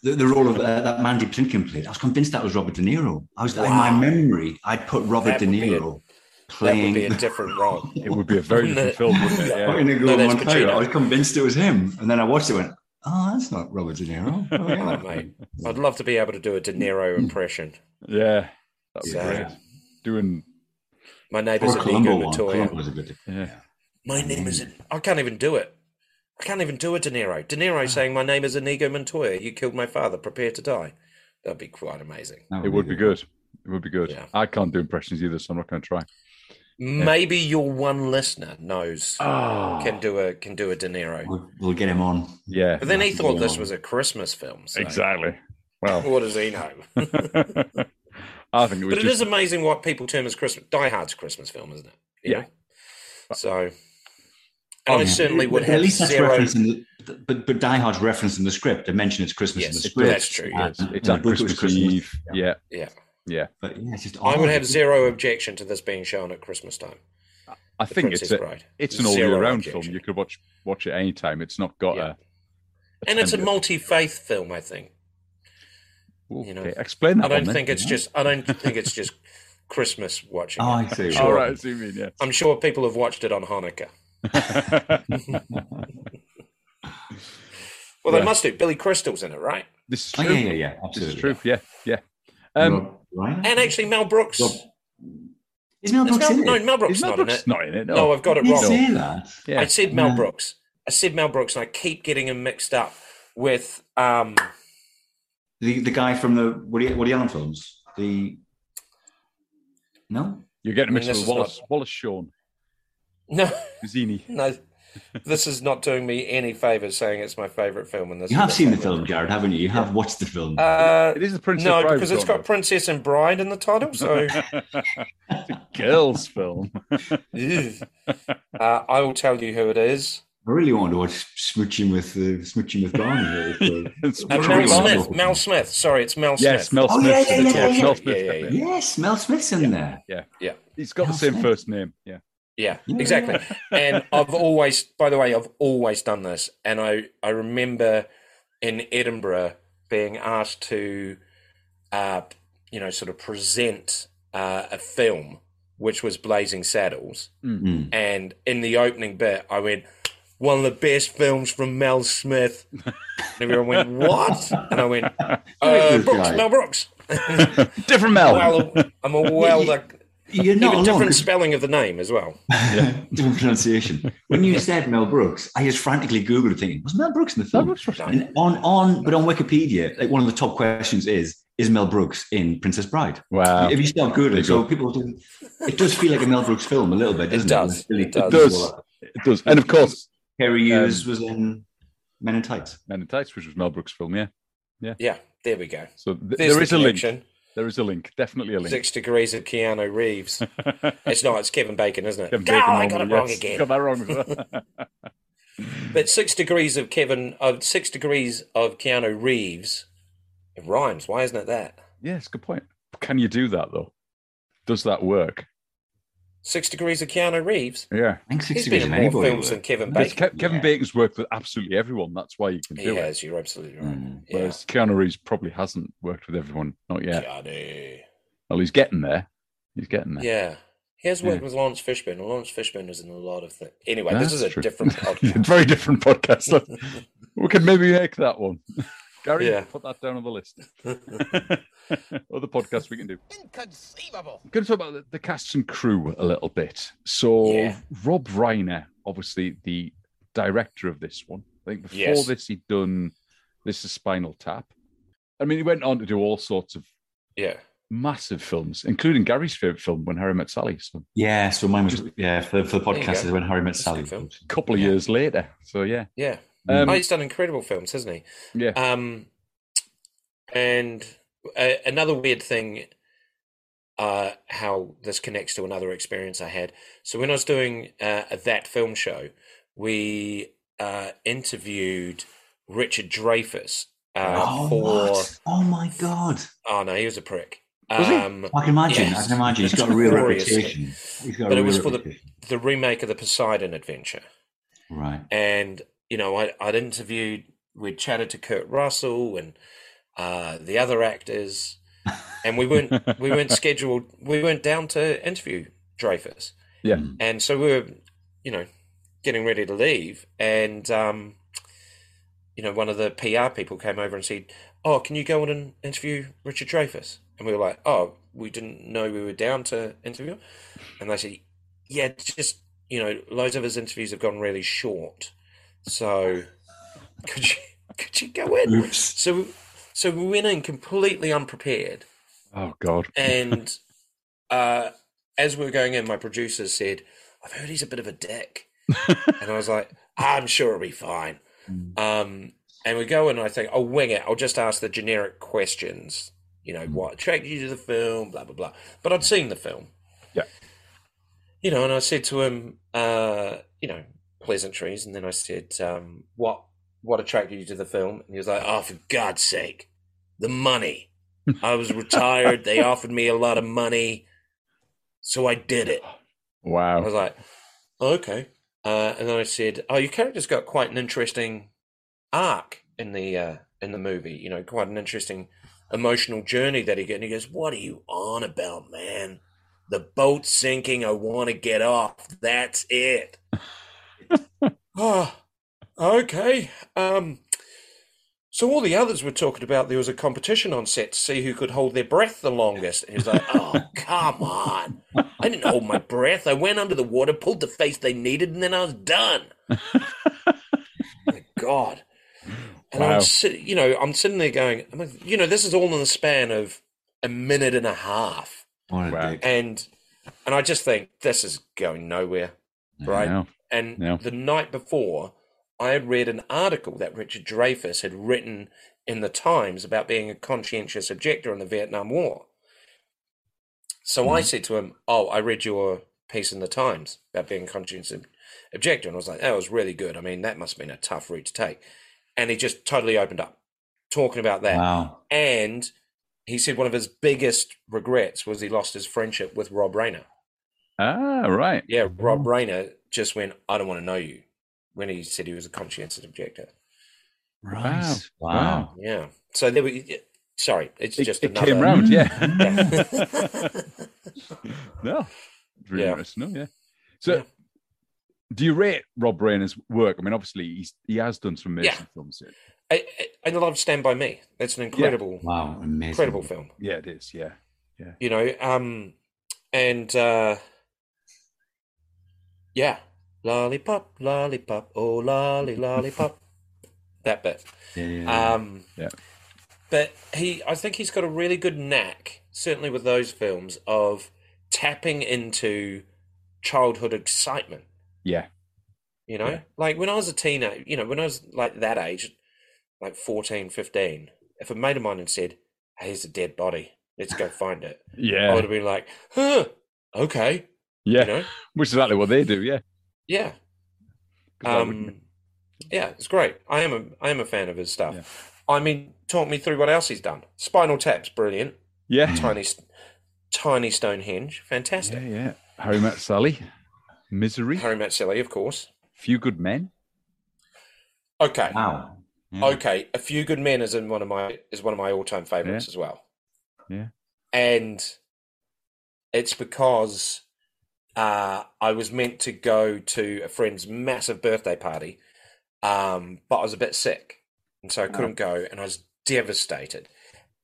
B: the, the role of uh, that Mandy Plinkin played, I was convinced that was Robert De Niro. I was in my
E: Wow.
B: memory, I'd put Robert
E: That
B: De
E: would be a-
B: Niro
E: That would
B: playing.
E: be a different role.
A: It would be a very different film, wouldn't it?
B: I'm
A: Yeah.
B: gonna go
E: No, that's
B: on fire.
E: Pacino.
B: I was convinced it was him, and then I watched it. and Went, oh, that's not Robert De Niro. Oh, yeah.
E: Oh, mate. I'd love to be able to do a De Niro impression.
A: Yeah. That was
E: Yeah.
A: great. Doing,
E: My name is
B: Or Columbo
E: Inigo
B: one. Columbo
E: Montoya.
B: was a bit.
A: yeah.
E: My name is. I can't even do it. I can't even do a De Niro. De
A: Ah.
E: Niro saying, "My name is Inigo Montoya. You killed my father. Prepare to die." That'd be quite amazing.
B: that
A: It would be
B: good.
A: good. It would be good.
E: Yeah.
A: I can't do impressions either, so I'm not going to try.
E: Maybe your one listener knows
A: Oh,
E: can do a can do a De Niro.
B: We'll, we'll get him on.
A: yeah.
E: But then he thought this
B: Yeah.
E: was a Christmas film. So
A: Exactly. Well,
E: What does he know?
A: I think it was
E: but it
A: just
E: is amazing what people term as Christmas. Die Hard's a Christmas film, isn't it? You
A: Yeah.
E: know? So, and
A: Oh,
E: I
A: yeah.
E: certainly would
B: But
E: have
B: At least that's
E: zero.
B: referenced in the, but but Die Hard's referenced in the script. They mention it's Christmas in
E: Yes,
B: the script. Uh,
E: that's true, yes.
B: And-
A: it's
B: and
A: on
B: the book it was
A: Christmas, Eve. Yeah.
E: Yeah,
B: But yeah, it's just
E: I would
B: odd.
E: have zero objection to this being shown at Christmas time.
A: I
E: The
A: think it's
E: Princess
A: a,
E: Bride.
A: it's an all
E: Zero
A: year round
E: objection.
A: film. You could watch watch it any time. It's not got
E: Yeah.
A: a.
E: and it's a
A: tender-
E: multi faith film. I think. you know.
A: Okay, Explain that
E: I don't
A: one,
E: think
A: then.
E: it's just. I don't think it's just Christmas watching.
B: Oh,
E: it.
B: I see.
A: All
B: Sure.
A: right, I see what you mean,
E: I'm sure people have watched it on Hanukkah.
A: yeah.
E: Well, they
A: Right.
E: must do. Billy Crystal's in it, right?
A: this is
B: Oh
A: true.
B: yeah, yeah, yeah.
A: This is
B: Absolutely.
A: true. Yeah, yeah. Um,
B: Rob- Ryan.
E: And actually, Mel Brooks.
B: Well, Is Mel
E: There's
B: Brooks
E: Mel-
B: in it?
E: no, Mel Brooks
A: Is
E: is
A: Mel
E: not in
A: Brooks
E: it.
A: not in it? Oh,
E: No, I've got it
B: Did
E: wrong.
B: he say that?
A: Yeah.
E: I said Mel
B: Yeah.
E: Brooks. I said Mel Brooks, and I keep getting him mixed up with um,
B: The the guy from the Woody Woody Allen films. The no,
A: You're getting
E: I mean,
A: mixed
E: this
A: with
E: is not-
A: Wallace, Wallace Shawn,
E: no,
A: Mazzini.
E: no. This is not doing me any favors saying it's my favorite film. And this
B: you
E: is
B: have
E: not
B: seen
E: my
B: the film,
E: favorite.
B: Jared, haven't you? You have watched the film.
E: Uh,
A: It is the Princess
E: no,
A: Bride
E: because it's
A: genre.
E: got Princess and Bride in the title, so
A: it's a girls' film.
E: Ugh. uh, I will tell you who it is.
B: I really wanted to watch Smooching with uh, Smooching with Barney. here.
A: It's
E: Uh,
B: Which
E: Mel
B: one?
E: Smith. Mel Smith. Sorry, it's Mel Smith.
A: Yes, Mel
B: Oh,
A: Smith.
B: yeah, yeah,
A: is
B: yeah,
A: it?
B: yeah,
A: Mel
E: yeah.
A: Smith.
E: Yeah, yeah, yeah.
B: yes, Mel Smith's in there.
A: He's got the
B: Mel
A: same
B: Smith.
A: first name. Yeah.
E: Yeah,
B: Yeah.
E: exactly. and I've always, by the way, I've always done this. And I, I remember in Edinburgh being asked to, uh, you know, sort of present uh, a film, which was Blazing Saddles.
B: Mm.
E: And in the opening bit, I went, one of the best films from Mel Smith. And everyone went, what? And I went, uh,
B: this
E: Brooks,
B: guy?"
E: Mel Brooks.
A: Different Mel.
E: Well, I'm a welder.
B: You're not
E: Even
B: alone.
E: different
B: 'cause-
E: spelling of the name as well.
B: different pronunciation. When you said Mel Brooks, I just frantically googled it, thinking, was Mel Brooks in the film? And on on, but on Wikipedia, like one of the top questions is, is Mel Brooks in Princess Bride?
A: wow.
B: if you start googling,
A: There you
B: so
A: go.
B: people, do, it does feel like a Mel Brooks film a little bit, doesn't it?
E: does.
B: It's really-
E: It does. Um,
A: It does. It does. And of course,
B: Harry Hughes was in Men in Tights.
A: Men in Tights, which was Mel Brooks' film. Yeah.
E: Yeah, there we go.
A: So th-
E: There's
A: there
E: the
A: is a link.
E: connection.
A: There is a link. Definitely a link.
E: Six degrees of Keanu Reeves. it's not. It's Kevin Bacon, isn't it?
A: Kevin
E: God,
A: Bacon
E: I got it
A: normally,
E: wrong
A: yes.
E: again.
A: Got that wrong. as well.
E: But six degrees of Kevin of six degrees of Keanu Reeves. It rhymes. Why isn't it that?
A: yes, good point. Can you do that though? Does that work?
E: Six degrees of Keanu Reeves.
A: Yeah.
B: I think 60
E: He's been in more films than Kevin
A: Because
E: Bacon.
A: Ke- Kevin Bacon's worked with absolutely everyone. That's why you can
E: He
A: do it.
E: has. You're absolutely right.
B: Mm.
E: Yeah.
A: Whereas Keanu Reeves probably hasn't worked with everyone. Not yet.
E: Keanu.
A: Well, he's getting there. He's getting there.
E: Yeah. He has worked
A: Yeah.
E: with Lawrence Fishburne, and Lawrence Fishburne is in a lot of things. Anyway,
A: Mm. That's
E: this is a
A: true.
E: different podcast.
A: Very different podcast. we could maybe make that one. Gary,
E: Yeah.
A: put that down on the list. Other podcasts we can do.
D: Inconceivable.
A: We're going to talk about the, the cast and crew a little bit. So,
E: Yeah.
A: Rob Reiner, obviously the director of this one. I think before
E: Yes.
A: this, he'd done This is Spinal Tap. I mean, he went on to do all sorts of
E: yeah.
A: massive films, including Gary's favorite film, When Harry Met Sally. So,
B: Yeah, so mine was, yeah, for, for the
E: you
B: podcast
E: go.
B: is when Harry Met
E: That's a
B: Sally.
E: good film.
A: a couple of
B: Yeah.
A: years later. So, yeah.
E: Yeah.
A: Um,
E: oh, he's done incredible films, hasn't he?
A: yeah.
E: Um, and uh, another weird thing, uh, how this connects to another experience I had. So when I was doing uh, a that film show, we uh, interviewed Richard Dreyfuss uh,
B: Oh,
E: for.
B: what? oh my God.
E: Oh no, he was a prick.
A: Was he?
E: Um,
B: I can imagine. I
E: Yes.
B: can imagine. He's got a real
E: Notoriously.
B: reputation. He's got
E: But
B: a real
E: it was for the-
B: reputation.
E: the remake of the Poseidon Adventure.
B: Right.
E: and you know I, i'd interviewed we'd chatted to kurt russell and uh, the other actors and we weren't we weren't scheduled we weren't down to interview dreyfus
A: Yeah.
E: and so we were you know getting ready to leave and um, you know one of the pr people came over and said oh can you go on and interview richard dreyfus and we were like oh we didn't know we were down to interview him." and they said yeah just you know loads of his interviews have gone really short so could you could you go in?
B: Oops.
E: So so we went in completely unprepared,
A: Oh, God.
E: and uh, as we were going in, my producer said, "I've heard he's a bit of a dick," and I was like, "I'm sure it'll be fine." Um, and we go in, and I think I'll wing it. I'll just ask the generic questions. You know, what attracted you to the film? Blah blah blah. But I'd seen the film,
A: Yeah.
E: you know, and I said to him, uh, you know, pleasantries, and then I said, um, "What what attracted you to the film?" And he was like, "Oh, for God's sake, the money! I was retired. they offered me a lot of money, so I did it." I
A: Wow.
E: was like, "Oh, "Okay," uh, and then I said, "Oh, your character's got quite an interesting arc in the uh, in the movie. You know, quite an interesting emotional journey that he gets." And he goes, "What are you on about, man? The boat's sinking. I want to get off. That's it." Ah. oh, okay. Um, So all the others were talking about there was a competition on set to see who could hold their breath the longest. And he was like, "Oh, come on! I didn't hold my breath. I went under the water, pulled the face they needed, and then I was done." my God! And
A: Wow.
E: I'm, sit- you know, I'm sitting there going, I'm like, you know, this is all in the span of a minute and a half,
B: What a
A: Wow.
B: dick.
E: and and I just think this is going nowhere, right?
A: No.
E: And
A: Yeah.
E: the night before, I had read an article that Richard Dreyfuss had written in the Times about being a conscientious objector in the Vietnam War. So I said to him, Oh, I read your piece in the Times about being a conscientious ob- objector. And I was like, That was really good. I mean, that must have been a tough route to take. And he just totally opened up talking about that.
B: Wow.
E: And he said one of his biggest regrets was he lost his friendship with Rob Reiner.
A: Ah, right.
E: Yeah, Rob Reiner just went, I don't want to know you when he said he was a conscientious objector.
B: Right. Wow.
A: Wow.
E: Yeah. So there we sorry, it's
A: It,
E: just
A: it
E: another
A: came round, yeah.
E: Yeah.
A: no. It's really
E: Yeah.
A: interesting, no, yeah. So
E: Yeah.
A: do you rate Rob Reiner's work? I mean, obviously he's, he has done some amazing
E: Yeah.
A: films.
E: I, I, and I love Stand By Me. That's an incredible
B: Wow. Amazing.
E: incredible film.
A: Yeah, it is, yeah.
E: You know, um and uh yeah. Lollipop, lollipop, oh lolly lollipop. that bit.
B: Yeah, yeah, yeah.
E: Um,
A: Yeah.
E: But he, I think he's got a really good knack, certainly with those films, of tapping into childhood excitement.
A: Yeah.
E: You know,
A: Yeah.
E: like when I was a teenager, you know, when I was like that age, like 14, 15, if a mate of mine had said, Hey, here's a dead body, let's go find it, I would
A: Yeah.
E: have been like, Huh, okay.
A: Yeah.
E: You know,
A: Which is exactly what they do, yeah.
E: yeah.
A: 'Cause I wouldn't-
E: Um, yeah, it's great. I am a I am a fan of his stuff.
A: Yeah.
E: I mean, talk me through what else he's done. Spinal Tap's brilliant.
A: yeah.
E: Tiny, Tiny Stonehenge, fantastic.
A: Yeah, yeah. Harry Met Sally, Misery,
E: Harry Met Sally, of course.
A: Few Good Men.
E: Okay,
B: wow. Yeah.
E: okay. A Few Good Men is in one of my is one of my all time favorites as well.
A: Yeah.
E: and it's because uh, I was meant to go to a friend's massive birthday party, um, but I was a bit sick, and so I couldn't go, and I was devastated.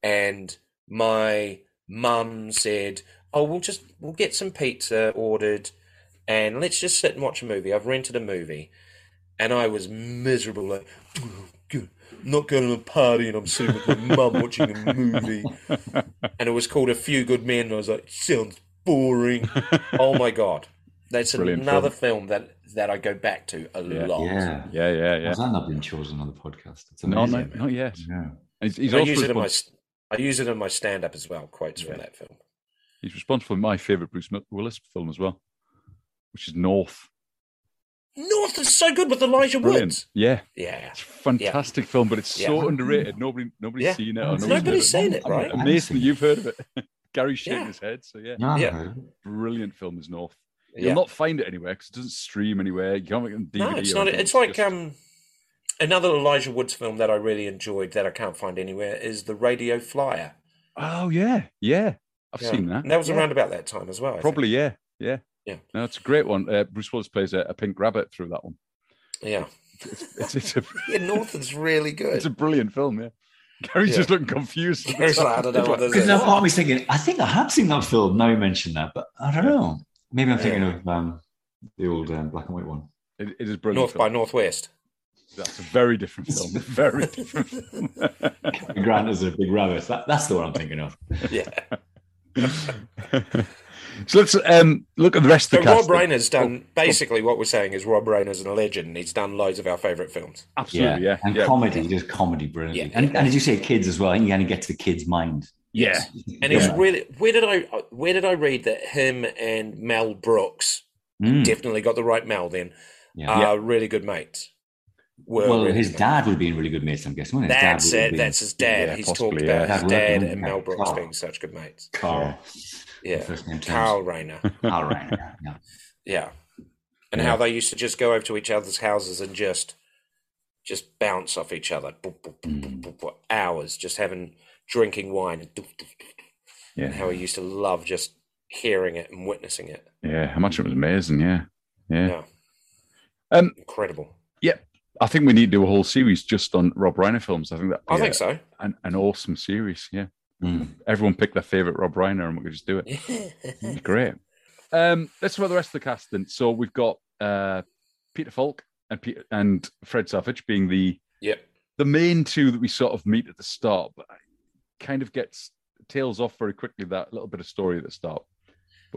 E: And my mum said, "Oh, we'll just we'll get some pizza ordered, and let's just sit and watch a movie. I've rented a movie." And I was miserable, like, "Oh, good. I'm not going to a party, and I'm sitting with my mum watching a movie. And it was called A Few Good Men. And I was like, sounds boring. oh my god, that's
A: Brilliant
E: another film. that that I go back to a
A: Yeah.
E: lot.
B: Yeah.
A: Yeah, yeah, yeah.
B: How's that not been chosen on the podcast? It's
A: Not,
B: Oh, amazing.
A: not, not yet.
B: Yeah.
A: He's, he's
E: I
A: also
E: use it in my
A: responsible,
E: st- I use it in my stand up as well. Quotes from
A: Yeah.
E: that film.
A: he's responsible for my favorite Bruce Willis film as well, which is North.
E: North is so good with Elijah
A: Brilliant.
E: Woods.
A: Yeah.
E: Yeah,
A: It's a fantastic film, but it's
E: Yeah.
A: so underrated. Nobody, nobody's
E: Yeah.
A: seen it. Or nobody's,
E: nobody's
A: heard
E: seen it, right?
A: of it. Amazing,
B: Amazing.
A: that you've heard of it. Gary's shaking
E: Yeah.
A: his head. So yeah,
B: No,
E: Yeah.
B: no.
A: brilliant film is North. You'll
E: yeah.
A: not find it anywhere because it doesn't stream anywhere. You can't make it on DVD.
E: no, it's
A: or
E: not.
A: anything.
E: It's like
A: just-
E: um, another Elijah Woods film that I really enjoyed that I can't find anywhere is the Radio Flyer.
A: oh yeah, yeah. I've
E: Yeah.
A: seen that.
E: And that was
A: Yeah.
E: around about that time as well. I think.
A: Probably yeah, yeah,
E: Yeah.
A: No, it's a great one. Uh, Bruce Willis plays a, a pink rabbit through that one.
E: Yeah.
A: It's it's a
E: Yeah, North is really good.
A: it's a brilliant film. Yeah, Gary's
E: Yeah.
A: just looking confused. at the
E: Gary's like,
A: time.
E: I don't know what this
B: Because
E: is.
B: now part of me's thinking, I think I have seen that film. Now you mentioned that, but I don't know. Maybe I'm
E: Yeah.
B: thinking of um, the old um, black and white one.
A: It, it is a brilliant.
E: North
A: film.
E: by Northwest.
A: That's a very different film. Very different. film.
B: Grant is a big rabbit. That, that's the one I'm thinking of.
E: Yeah.
A: so let's um, look at the rest
E: So
A: of the
E: Rob
A: cast. then.
E: Reiner's done basically what we're saying is Rob Reiner's a legend. and He's done loads of our favourite films.
A: Absolutely, yeah,
B: And
A: yeah,
B: comedy, just comedy brilliantly.
E: Yeah.
B: And, and as you say, kids as well, and you kind of get to the kids' mind.
A: yeah.
E: And he's
B: Yeah.
E: really where did I where did I read that him and Mel Brooks
A: Hmm.
B: Mm.
E: definitely got the right Mel then
B: Yeah.
E: are really good mates. Were
B: Well,
E: uh, really
B: his
E: good-
B: dad would have been really good mates, I'm guessing. wouldn't he?
E: That's
B: his dad would have
E: it.
B: been
E: That's his dad.
A: Yeah,
E: he's
A: uh, possibly,
E: talked
A: yeah.
E: about his
B: Dad
E: dad
B: Reiner.
E: and Mel Brooks
B: Carl.
E: being such good mates.
B: Carl.
E: Yeah,
B: First name
E: Carl Reiner.
B: Carl Reiner. Yeah.
E: Yeah. And
A: Yeah.
E: how they used to just go over to each other's houses and just just bounce off each other. Boop,
A: Mm.
E: boop, boop,
B: Mm,
E: boop, boop, boop, hours just having drinking wine and, doof, doof, doof, doof.
A: Yeah.
E: and how he used to love just hearing it and witnessing it.
A: Yeah, I imagine it was amazing. Yeah, yeah.
E: Yeah.
A: Um,
E: Incredible.
A: I think we need to do a whole series just on Rob Reiner films. I think that
E: I think so.
A: an, an awesome series. Yeah,
B: mm.
A: everyone pick their favorite Rob Reiner, and we could just do it. It'd be Great. Um, let's talk about the rest of the cast then. So we've got uh, Peter Falk and Peter, and Fred Savage being the
E: yep.
A: the main two that we sort of meet at the start, but kind of gets tails off very quickly that little bit of story at the start.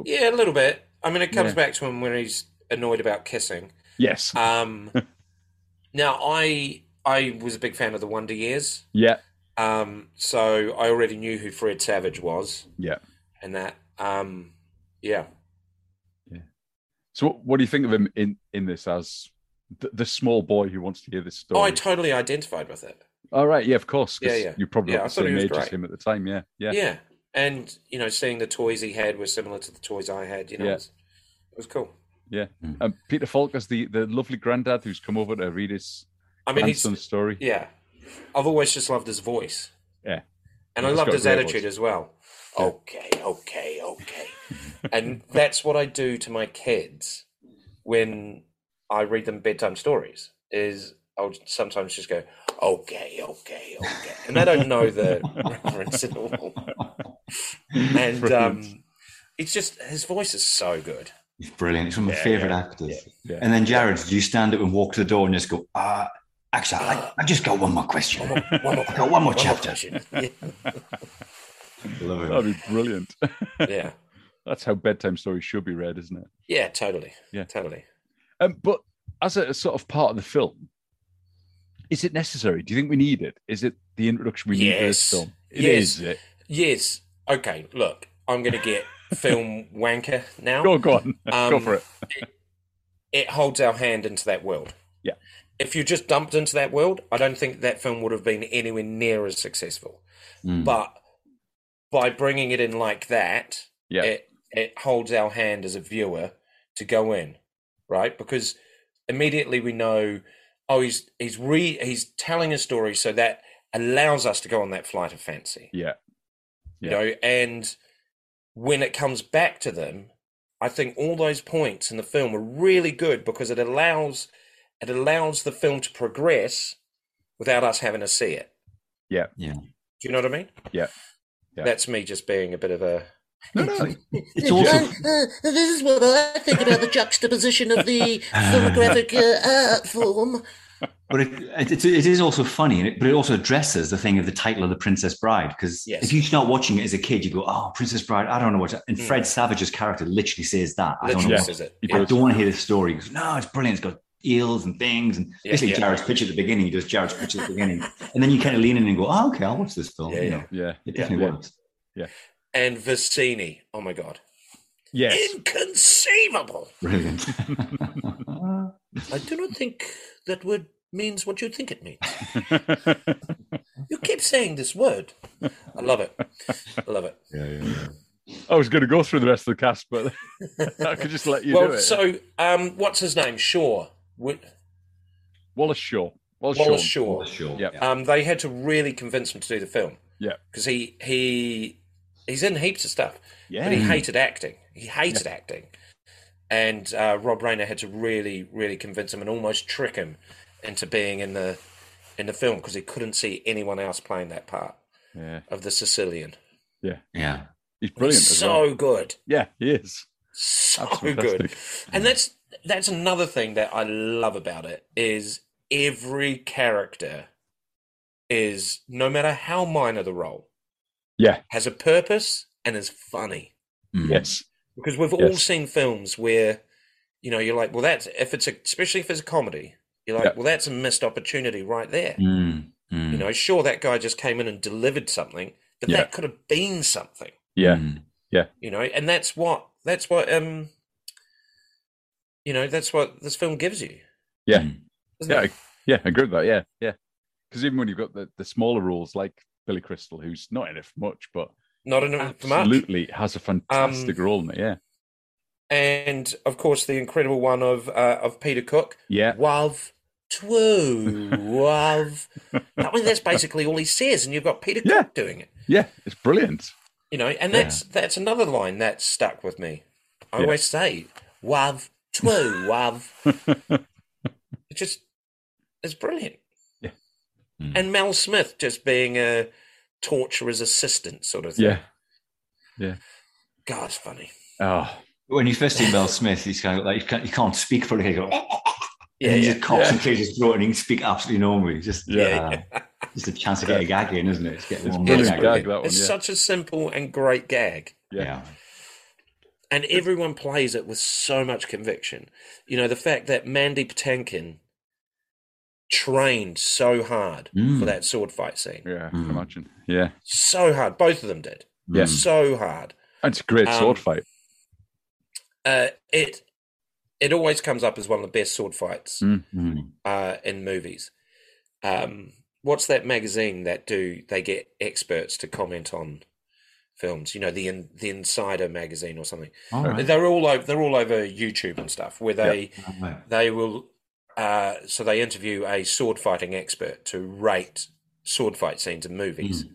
E: Yeah, a little bit. I mean, it comes
A: Yeah.
E: back to him when he's annoyed about kissing.
A: Yes.
E: Um, now, I I was a big fan of the Wonder Years,
A: Yeah.
E: um, so I already knew who Fred Savage was.
A: Yeah.
E: and that. Um, yeah,
A: So what, what do you think of him in in this as the, the small boy who wants to hear this story?
E: oh, I totally identified with it.
A: All right. Yeah, of course. 'cause
E: Yeah, yeah.
A: You're probably
E: Yeah,
A: not
E: I
A: the
E: thought he
A: same
E: was
A: age as
E: great.
A: him at the time. Yeah. Yeah.
E: Yeah. and you know, seeing the toys he had were similar to the toys I had. You know,
A: Yeah.
E: it, was, it was cool.
A: Um, Peter Falk as the the lovely granddad who's come over to read his
E: I mean, he's
A: grandson's story.
E: yeah. I've always just loved his voice.
A: Yeah.
E: and I
A: He's
E: loved
A: got a
E: his
A: great
E: attitude
A: voice.
E: as well. Okay, okay, okay, and that's what I do to my kids when I read them bedtime stories. Is I'll sometimes just go, okay, okay, okay, and they don't know the reference at all. and
A: Brilliant.
E: um, it's just his voice is so good.
B: He's brilliant. He's one of my
A: Yeah,
B: favorite
A: yeah,
B: actors.
A: yeah, yeah.
B: And then Jared, do you stand up and walk to the door and just go, ah, actually, I, I just got one more question.
E: One more, one more,
B: I got one more
E: one more
B: chapter.
E: question. Yeah.
B: Love
E: oh.
B: him.
A: That'd be brilliant.
E: yeah,
A: That's how bedtime stories should be read, isn't it?
E: yeah, totally.
A: Yeah.
E: totally.
A: Um, but as a sort of part of the film, is it necessary? Do you think we need it? Is it the introduction we need for this
E: Yes.
A: film? It
E: Yes.
A: is it?
E: Yes. Okay. Look, I'm going to get film wanker now.
A: Go, go on. go
E: Um,
A: for it.
E: It holds our hand into that world.
A: Yeah.
E: If you just dumped into that world, I don't think that film would have been anywhere near as successful.
A: Hmm.
B: Mm.
E: But by bringing it in like that,
A: Yeah.
E: it it holds our hand as a viewer to go in, right? Because immediately we know, oh, he's he's re he's telling a story, so that allows us to go on that flight of fancy.
A: yeah. Yeah.
E: you know and when it comes back to them i think all those points in the film are really good because it allows it allows the film to progress without us having to see it
A: Yeah.
B: Yeah.
E: do you know what i mean
A: Yeah. Yeah.
E: that's me just being a bit of a
A: No, no.
B: It's also
F: Uh, this is what I think about the juxtaposition of the photographic uh, art form.
B: But it, it, it is also funny, and it, but it also addresses the thing of the title of The Princess Bride. Because
E: Yes.
B: if you start watching it as a kid, you go, oh, Princess Bride, I don't know what. to-" And
E: Mm.
B: Fred Savage's character literally says that. I don't
E: literally
B: know.
A: Yeah.
B: What,
E: says it
A: He
B: I
A: does.
B: don't want to hear this story. He goes, no, it's brilliant. It's got eels and things. And
E: Yeah,
B: basically,
E: yeah.
B: Jared's pitch at the beginning, he does Jared's pitch at the beginning. And then you kind of lean in and go, oh, okay, I'll watch this film.
E: Yeah,
B: you
E: yeah.
B: know,
A: Yeah.
B: it
E: Yeah,
B: definitely
A: yeah.
B: works.
E: and Vicini. oh my god
A: Yes.
E: inconceivable
B: Brilliant.
E: i do not think that word means what you think it means you keep saying this word i love it i love it
A: I was going to go through the rest of the cast, but I could just let you do
E: well,
A: it.
E: so um, what's his name? Shaw. Wi-
A: Wallace Shaw. Wallace,
E: Wallace
A: Shawn.
E: Shaw.
B: sure.
A: Yeah.
E: Um, they had to really convince him to do the film.
A: Yeah.
E: because he he he's in heaps of stuff,
A: Yeah.
E: but he hated acting. He hated acting, and uh, Rob Reiner had to really, really convince him and almost trick him into being in the in the film because he couldn't see anyone else playing that part
A: yeah.
E: of the Sicilian.
B: Yeah.
A: He's brilliant.
E: He's
A: as
E: so
A: well.
E: good.
A: Yeah, he is.
E: so
A: That's
E: good
A: fantastic.
E: and that's that's another thing that i love about it is every character is no matter how minor the role
A: Yeah.
E: has a purpose and is funny
B: Mm.
A: Yes.
E: because we've all
A: Yes.
E: seen films where you know you're like well that's if it's a, especially if it's a comedy you're like
A: Yeah.
E: well that's a missed opportunity right there
B: Mm. Mm.
E: you know sure that guy just came in and delivered something but
A: Yeah.
E: that could have been something
A: Yeah.
B: Mm.
E: you know and that's what that's what um you know that's what this film gives you
A: Yeah.
B: Mm.
E: isn't
A: Yeah.
E: it?
A: I- Yeah. I agree with that. Yeah. Yeah. Because even when you've got the, the smaller roles like Billy Crystal, who's not in it for much, but
E: not enough for much
A: absolutely has a fantastic
E: Um,
A: role in it. Yeah.
E: and of course the incredible one of uh, of peter cook
A: Yeah.
E: wav twelve i mean that's basically all he says and you've got peter
A: Yeah.
E: cook doing it
A: Yeah. It's brilliant.
E: you know and that's that's another line that stuck with me i
A: Yeah.
E: always say wav twelve wav it just is brilliant.
A: Yeah. Hmm.
B: Mm.
E: And Mel Smith just being a torturer's assistant sort of thing.
A: Yeah.
E: God, it's funny.
A: Oh,
B: When you first see Mel Smith, he's kind of like you can't, you can't speak for a go.
E: Yeah,
B: and he
E: yeah.
B: just coughs and clears his throat and he can speak absolutely normally. Just
A: Yeah.
B: yeah, just a chance to get a gag in, isn't it? It's getting
A: it's
B: one
A: brilliant
B: more
E: gag.
A: gag, that one.
E: It's
A: yeah.
E: such a simple and great gag.
A: yeah.
B: Yeah.
E: And everyone plays it with so much conviction. You know, the fact that Mandy Patinkin trained so hard
B: Mm.
A: Hmm.
E: for that sword fight scene.
A: Yeah, I can
B: Mm.
A: imagine. Yeah,
E: So hard. Both of them did.
A: Yeah.
B: Mm.
E: So hard.
A: it's a great sword
E: Um,
A: fight.
E: Uh, it it always comes up as one of the best sword fights
A: Mm.
B: Mm.
E: uh, in movies. Um, what's that magazine that do they get experts to comment on films? You know, the in, the Insider magazine or something.
B: All right.
E: They're all over they're all over YouTube and stuff where they
B: All right.
E: they will uh, so they interview a sword fighting expert to rate sword fight scenes in movies,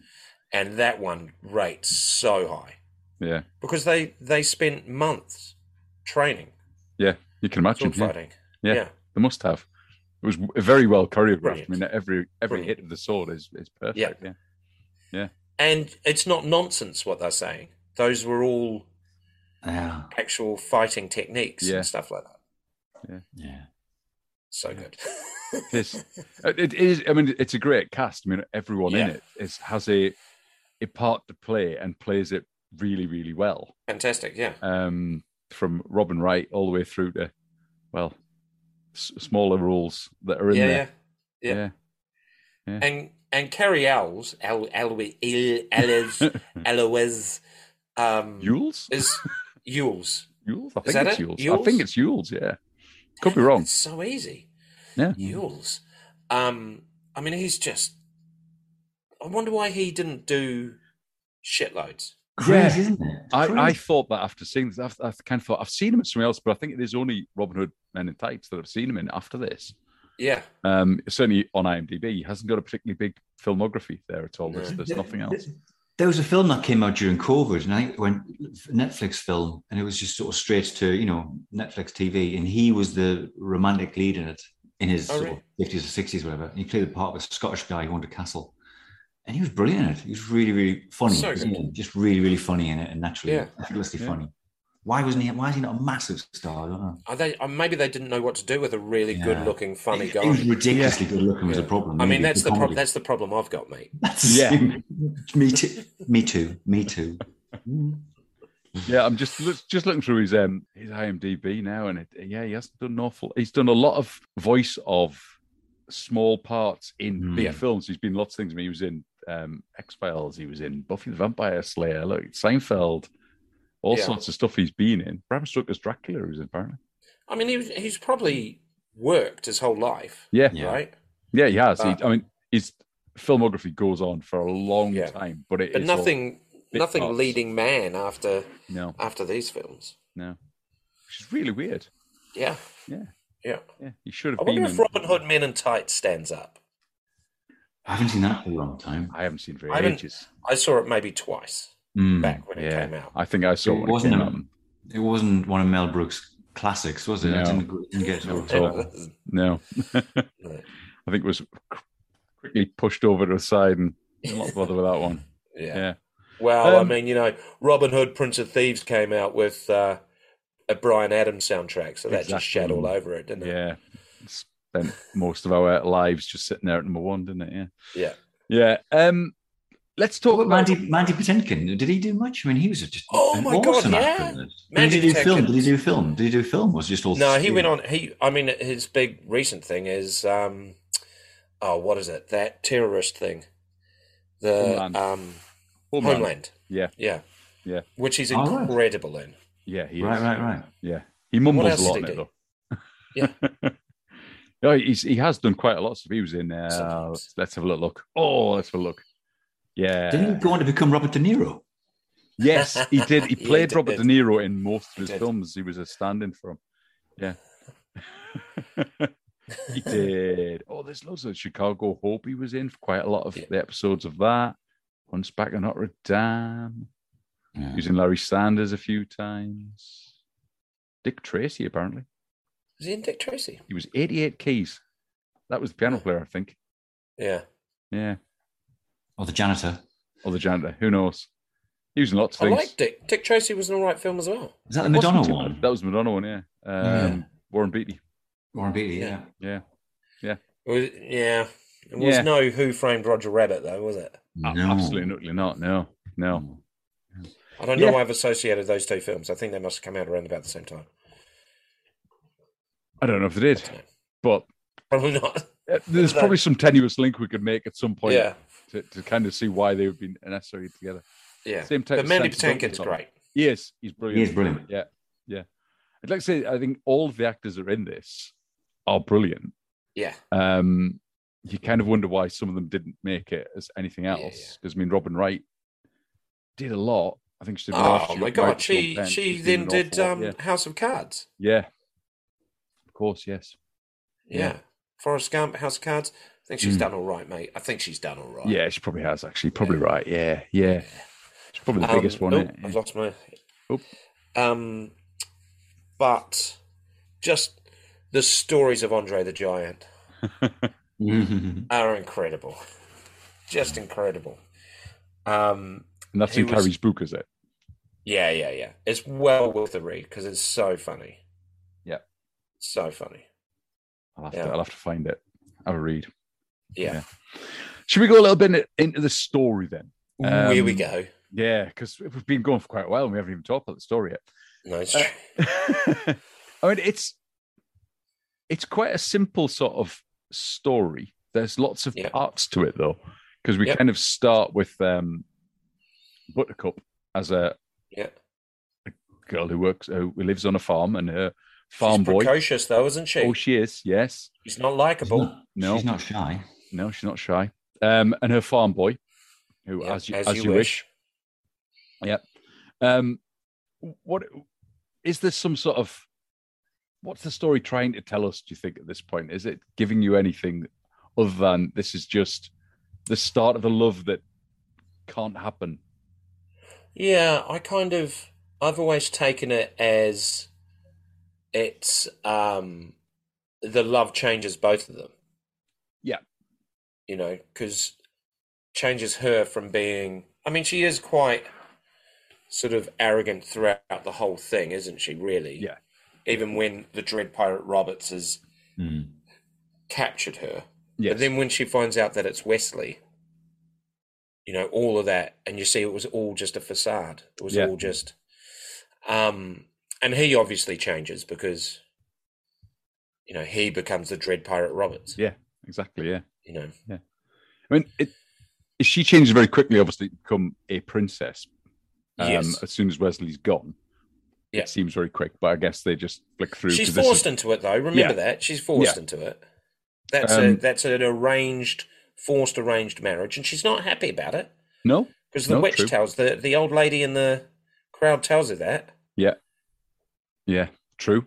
E: and that one rates so high
A: Yeah,
E: because they they spent months training
A: you can imagine.
E: sword
A: Yeah.
E: fighting.
A: Yeah. They must have. It was very well choreographed.
E: Brilliant.
A: I mean, every every
E: Brilliant.
A: hit of the sword is is perfect.
E: Yeah.
A: yeah.
E: and it's not nonsense what they're saying. Those were all
B: Yeah.
E: actual fighting techniques
A: Yeah.
E: and stuff like that.
B: Yeah.
E: So
A: Yeah.
E: good.
A: Yes. uh, It, it is. I mean, it's a great cast. I mean, everyone in
E: Yeah.
A: it is, has a a part to play and plays it really, really well.
E: Fantastic, yeah.
A: Um, from Robin Wright all the way through to, well, s- smaller roles that are in
E: yeah,
A: there.
E: yeah, yeah.
A: Yeah.
E: And and Carrie Owls, El Eloise Eloise Eloise um
A: Yules?
E: is Yules.
A: Yules? I
E: Is
A: think
E: that
A: it's
E: it?
A: Yules. I
E: Yules?
A: think it's Yules, yeah. Could be wrong.
E: It's so easy.
A: Yeah.
E: Yules. Um I mean he's just I wonder why he didn't do shitloads.
B: Crazy, isn't it?
A: I, I
B: Crazy.
A: thought that after seeing this, I've, i kind of thought I've seen him in somewhere else, but I think it is only Robin Hood Men in Tights that I've seen him in after this.
E: Yeah.
A: Um, certainly on IMDb, he hasn't got a particularly big filmography there at all. There's,
E: No.
A: there's nothing else.
B: There was a film that came out during COVID, and I think it went Netflix film, and it was just sort of straight to you know Netflix TV, and he was the romantic lead in it in his
E: Oh,
B: sort
E: really?
B: of fifties or sixties, whatever. And he played the part of a Scottish guy who owned a castle, and he was brilliant in it. He was really, really funny,
E: So good.
B: you know, just really, really funny in it, and naturally,
E: Yeah.
B: effortlessly
A: Yeah.
B: funny. Why wasn't he? Why is he not a massive star? I don't know.
E: Are they uh, maybe they didn't know what to do with a really
B: Yeah.
E: good looking funny
B: he, he was
E: guy.
B: ridiculously good looking was
A: Yeah.
B: the problem.
E: I
B: He
E: mean
B: did
E: that's the
B: comedy.
E: problem that's the problem I've got, mate.
B: That's
A: Yeah.
B: me too. Me too. Me too.
A: Yeah, I'm just look- just looking through his um his IMDb now, and it, yeah, he hasn't done an awful. He's done a lot of voice of small parts in
B: Hmm.
A: big films. He's been lots of things. I mean, he was in um, X Files. He was in Buffy the Vampire Slayer. Look, Seinfeld. All
E: Yeah.
A: sorts of stuff he's been in. Bram Stoker's Dracula he was in, apparently.
E: I mean he was, he's probably worked his whole life,
A: Yeah,
B: Yeah.
E: right?
A: yeah, he has.
E: Uh,
A: he, I mean, his filmography goes on for a long
E: Yeah.
A: time, but it
E: But
A: is all-
E: nothing
A: bit
E: nothing
A: parts.
E: leading man after
A: no,
E: after these films.
A: no, which is really weird.
E: Yeah.
A: Yeah.
E: Yeah.
A: Yeah, he should have
E: I
A: been.
E: wonder
A: in-
E: if Robin Hood Men in Tights stands up.
B: I haven't seen that for a long time.
A: I haven't seen for
E: I haven't-
A: ages.
E: I saw it maybe twice
B: Mm.
E: back when it
A: yeah,
E: came out.
A: I think I saw
B: It
A: it when
B: wasn't
A: it came
B: a-
A: out.
B: It wasn't one of Mel Brooks' classics, was it? I
A: No.
B: didn't, didn't get
E: No,
B: to
E: it
A: so-
E: wasn't.
A: No,
E: No.
A: I think it was quickly pushed over to the side and not bothered with that one.
E: Yeah.
A: Yeah,
E: Well,
A: Um,
E: I mean, you know, Robin Hood, Prince of Thieves came out with uh, a Brian Adams soundtrack, so that just shat
A: Exactly.
E: all over it, didn't it?
A: yeah. Spent most of our lives just sitting there at number one, didn't it?
E: Yeah.
A: Yeah, yeah. Um, let's talk
B: But
A: about
B: Mandy, Mandy Patinkin, did he do much? I mean, he was a, just
E: Oh
B: an
E: my God,
B: awesome
E: yeah.
B: actor. in this. Did
E: Mandy
B: he do film?
E: Patinkin.
B: Did he do film? Did he do film? Was it just all
E: No, he went on. He, I mean, his big recent thing is, um, oh, what is it? That terrorist thing, the
A: Homeland.
E: um,
A: Homeland.
E: Homeland.
A: Yeah.
E: yeah,
A: Yeah.
E: which he's
B: All right.
E: incredible in.
A: Yeah, he
B: Right,
A: is.
B: right, right.
A: Yeah, he mumbles
E: else
A: a lot in
E: did
A: it
E: he
A: though. No, he's, he has done quite a lot. of stuff. He was in. Uh,
E: Sometimes.
A: let's have a little look. Oh, let's have a look. Yeah.
B: Didn't he go on to become Robert De Niro?
A: Yes, he did. He
E: Yeah, he
A: played Robert De
E: did.
A: Niro in most of
E: He
A: his
E: did.
A: films. He was a stand-in for him. Yeah, he did. Oh, there's loads of Chicago Hope. He was in for quite a lot of
E: Yeah.
A: the episodes of that. Hunchback of Notre Dame. He
B: Yeah.
A: was in Larry Sanders a few times. Dick Tracy, apparently,
E: Is he in Dick Tracy?
A: he was 88 keys. That was the piano player, I think.
E: Yeah.
A: Yeah.
B: Or the janitor.
A: Or the janitor. Who knows? He was in lots of
E: I
A: things.
E: liked it. Dick Tracy was an all right film as well.
B: Is that the
A: It wasn't
B: Madonna
A: too
B: one?
A: bad. That was the Madonna one, yeah. Um,
B: Yeah.
A: Warren Beatty.
B: Warren Beatty, yeah.
A: Yeah.
E: It was, yeah. It was
A: Yeah.
E: no Who Framed Roger Rabbit, though, was it?
A: A-
B: No. Mm.
A: Absolutely not. not. No. No.
E: I don't
A: Yeah.
E: know why I've associated those two films. I think they must have come out around about the same time.
A: I don't know if they did, but
E: Probably not.
A: uh, there's
E: No.
A: probably some tenuous link we could make at some point
E: yeah.
A: to, to kind of see why they've been necessarily together.
E: Yeah.
A: Same type
E: But
A: of
E: Mandy
A: sensibility,
E: Patinkin's
A: though.
E: great.
A: He is. He's brilliant.
B: He is brilliant.
A: Yeah. Yeah. I'd like to say, I think all of the actors that are in this are brilliant.
E: Yeah.
A: Um, you kind of wonder why some of them didn't make it as anything
E: Yeah,
A: else. Because, I mean, Robin Wright did a lot. I think she did.
E: Oh
A: Relationship,
E: my
A: Marriage
E: god,
A: to
E: she
A: Content.
E: she
A: She's
E: then
A: an awful
E: did
A: lot.
E: um
A: yeah.
E: House of Cards.
A: Yeah. Of course, yes.
E: Yeah.
A: Yeah.
E: Forrest Gump, House of Cards. I think she's
A: Mm.
E: done all right, mate. I think she's done all right.
A: Yeah, she probably has actually. Probably right. Yeah, yeah. It's probably the
E: Um,
A: biggest one.
E: oh,
A: isn't it?
E: I've lost my.
A: Oop.
E: Um, but just the stories of Andre the Giant
B: Mhm.
E: are incredible, just incredible. Um,
A: And that's
E: He
A: in
E: was-
A: Carrie's book, is it?
E: yeah, yeah, yeah. It's well worth the read because it's so funny.
A: Yeah.
E: so funny.
A: I'll have, to,
E: Yeah.
A: I'll have to find it. Have a read.
E: Yeah,
A: Should we go a little bit into the story then? Yeah.
E: here we
A: Um,
E: go.
A: Yeah, because we've been going for quite a while and we haven't even talked about the story yet.
E: No, it's
A: uh,
E: true.
A: I mean, it's it's quite a simple sort of story. There's lots of
E: Yeah.
A: parts to it though, because we
E: Yep.
A: kind of start with um, Buttercup as a
E: yeah.
A: girl who works, who lives on a farm, and her farm
E: she's
A: boy.
E: precocious though, isn't she?
A: Oh, she is. Yes.
E: she's not
B: She's
E: likable.
B: not-
A: No.
B: She's not shy.
A: No, she's not shy. Um, and her farm boy, who
E: Yeah,
A: as you as, you wish. Um, what is there some sort of what's the story trying to tell us? Do you think at this point is it giving you anything other than this is just the start of a love that can't happen?
E: Yeah, I kind of I've always taken it as it's um the love changes both of them.
A: Yeah.
E: You know, because changes her from being I mean, she is quite sort of arrogant throughout the whole thing, isn't she, really?
A: Yeah.
E: Even when the Dread Pirate Roberts has
B: Mm.
E: captured her.
A: Yes.
E: But then when she finds out that it's Wesley, you know, all of that, and you see it was all just a facade. It was
A: Yeah.
E: all just um and he obviously changes because you know, he becomes the Dread Pirate Roberts.
A: Yeah. exactly. Yeah.
E: You know.
A: I mean, it, she changes very quickly, obviously, to become a princess. Um,
E: Yes.
A: As soon as Wesley's gone,
E: Yeah.
A: it seems very quick, but I guess they just flick through.
E: She's
A: 'cause this is-
E: forced into it though. Remember
A: Yeah.
E: that. She's forced into it. That's a
A: Um,
E: that's an arranged forced arranged marriage and she's not happy about it.
A: no.
E: Because the
A: No,
E: witch
A: true.
E: tells the the old lady in the crowd tells her that.
A: Yeah. True.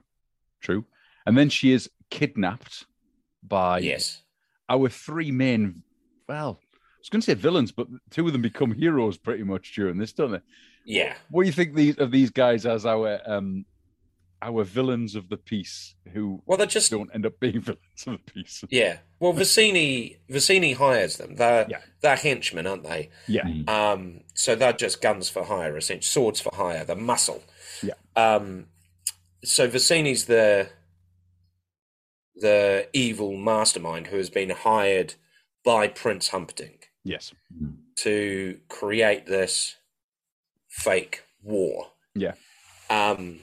A: True. And then she is kidnapped by
E: Yes.
A: our three main, well, I was going to say villains, but two of them become heroes pretty much during this, don't they?
E: Yeah.
A: What do you think these of these guys as our um our villains of the piece who
E: Well, they're just
A: don't end up being villains of the piece?
E: yeah. Well, Vicini Vicini hires them. They're
A: Yeah.
E: they're henchmen, aren't they?
A: Yeah,
B: Mm.
E: Um, so they're just guns for hire, essentially swords for hire. The muscle.
A: Yeah.
E: Um, so Vicini's the the evil mastermind who has been hired by Prince Humperdinck
A: yes,
E: to create this fake war.
A: Yeah.
E: Um,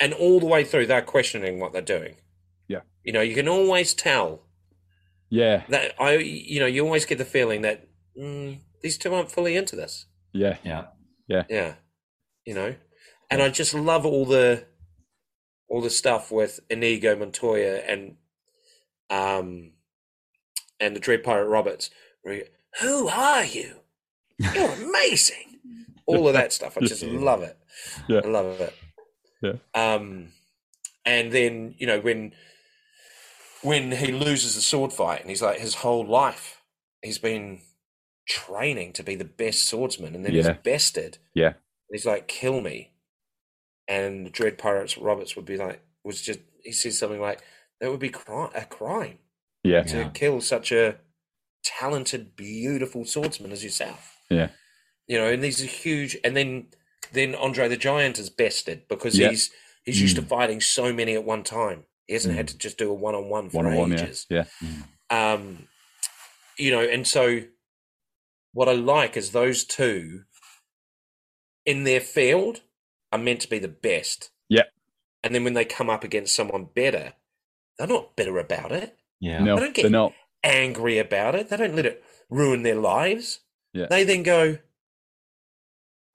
E: and all the way through, they're questioning what they're doing.
A: Yeah.
E: You know, you can always tell
A: yeah,
E: that I, you know, you always get the feeling that mm, these two aren't fully into this.
A: yeah,
B: Yeah.
E: Yeah, you know, and I just love all the, all the stuff with Inigo Montoya and, um, and the Dread Pirate Roberts. where he- Who are you? You're amazing. All of that stuff. I just love it.
A: Yeah.
E: I love it.
A: Yeah.
E: Um, and then you know when when he loses the sword fight and he's like his whole life he's been training to be the best swordsman and then
A: Yeah.
E: he's bested
A: Yeah.
E: and he's like kill me and the dread pirates roberts would be like was just he says something like that would be cri- a crime
A: Yeah.
E: to kill such a talented, beautiful swordsman as yourself.
A: Yeah.
E: You know, and these are huge. And then then Andre the Giant is bested because
A: Yeah. Mm.
E: he's he's used to fighting so many at one time. He hasn't had to just do a one on one for
A: One on one. Mm. Yeah.
E: ages.
A: Yeah.
E: Um, you know, and so what I like is those two in their field are meant to be the best.
A: Yeah.
E: And then when they come up against someone better, they're not bitter about it
B: Yeah.
A: No,
E: I don't get-
A: they're not.
E: angry about it. They don't let it ruin their lives.
A: Yeah.
E: They then go,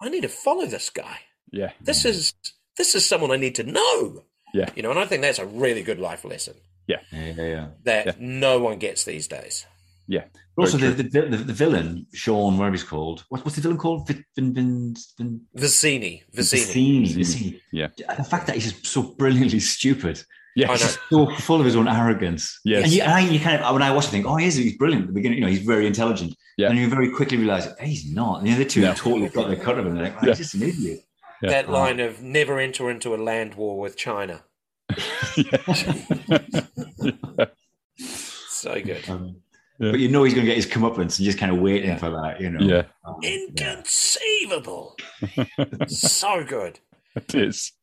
E: I need to follow this guy.
A: Yeah.
E: This is this is someone I need to know.
A: Mm. Yeah.
E: You know, and I think that's a really good life lesson
B: Yeah. yeah.
E: that
A: Yeah.
E: no one gets these days.
B: Also,
A: Very
B: the, the, the, the villain, Sean, whatever he's called. What, what's the villain called? Vin, Vin, Vin, Vin,
E: Vicini. Vicini.
B: Vicini.
A: Vicini. Yeah.
B: The fact that he's just so brilliantly stupid.
E: I
A: Yes.
E: know.
B: so full of his own arrogance.
A: Yes.
B: And you, and I, you kind of when I watch it, think, oh, he's he's brilliant at the beginning. You know, he's very intelligent.
A: Yeah.
B: And you very quickly realize, hey, he's not. And the other two
A: No.
B: have totally got the cut of him. They're like, oh,
A: Yeah.
B: he's just an idiot.
A: Yeah.
E: That line of never enter into a land war with China. So good.
B: Um,
A: Yeah.
B: But you know he's going to get his comeuppance, and you're just kind of waiting for that. You know.
A: yeah.
B: Um, yeah.
E: Inconceivable. so good.
A: It is.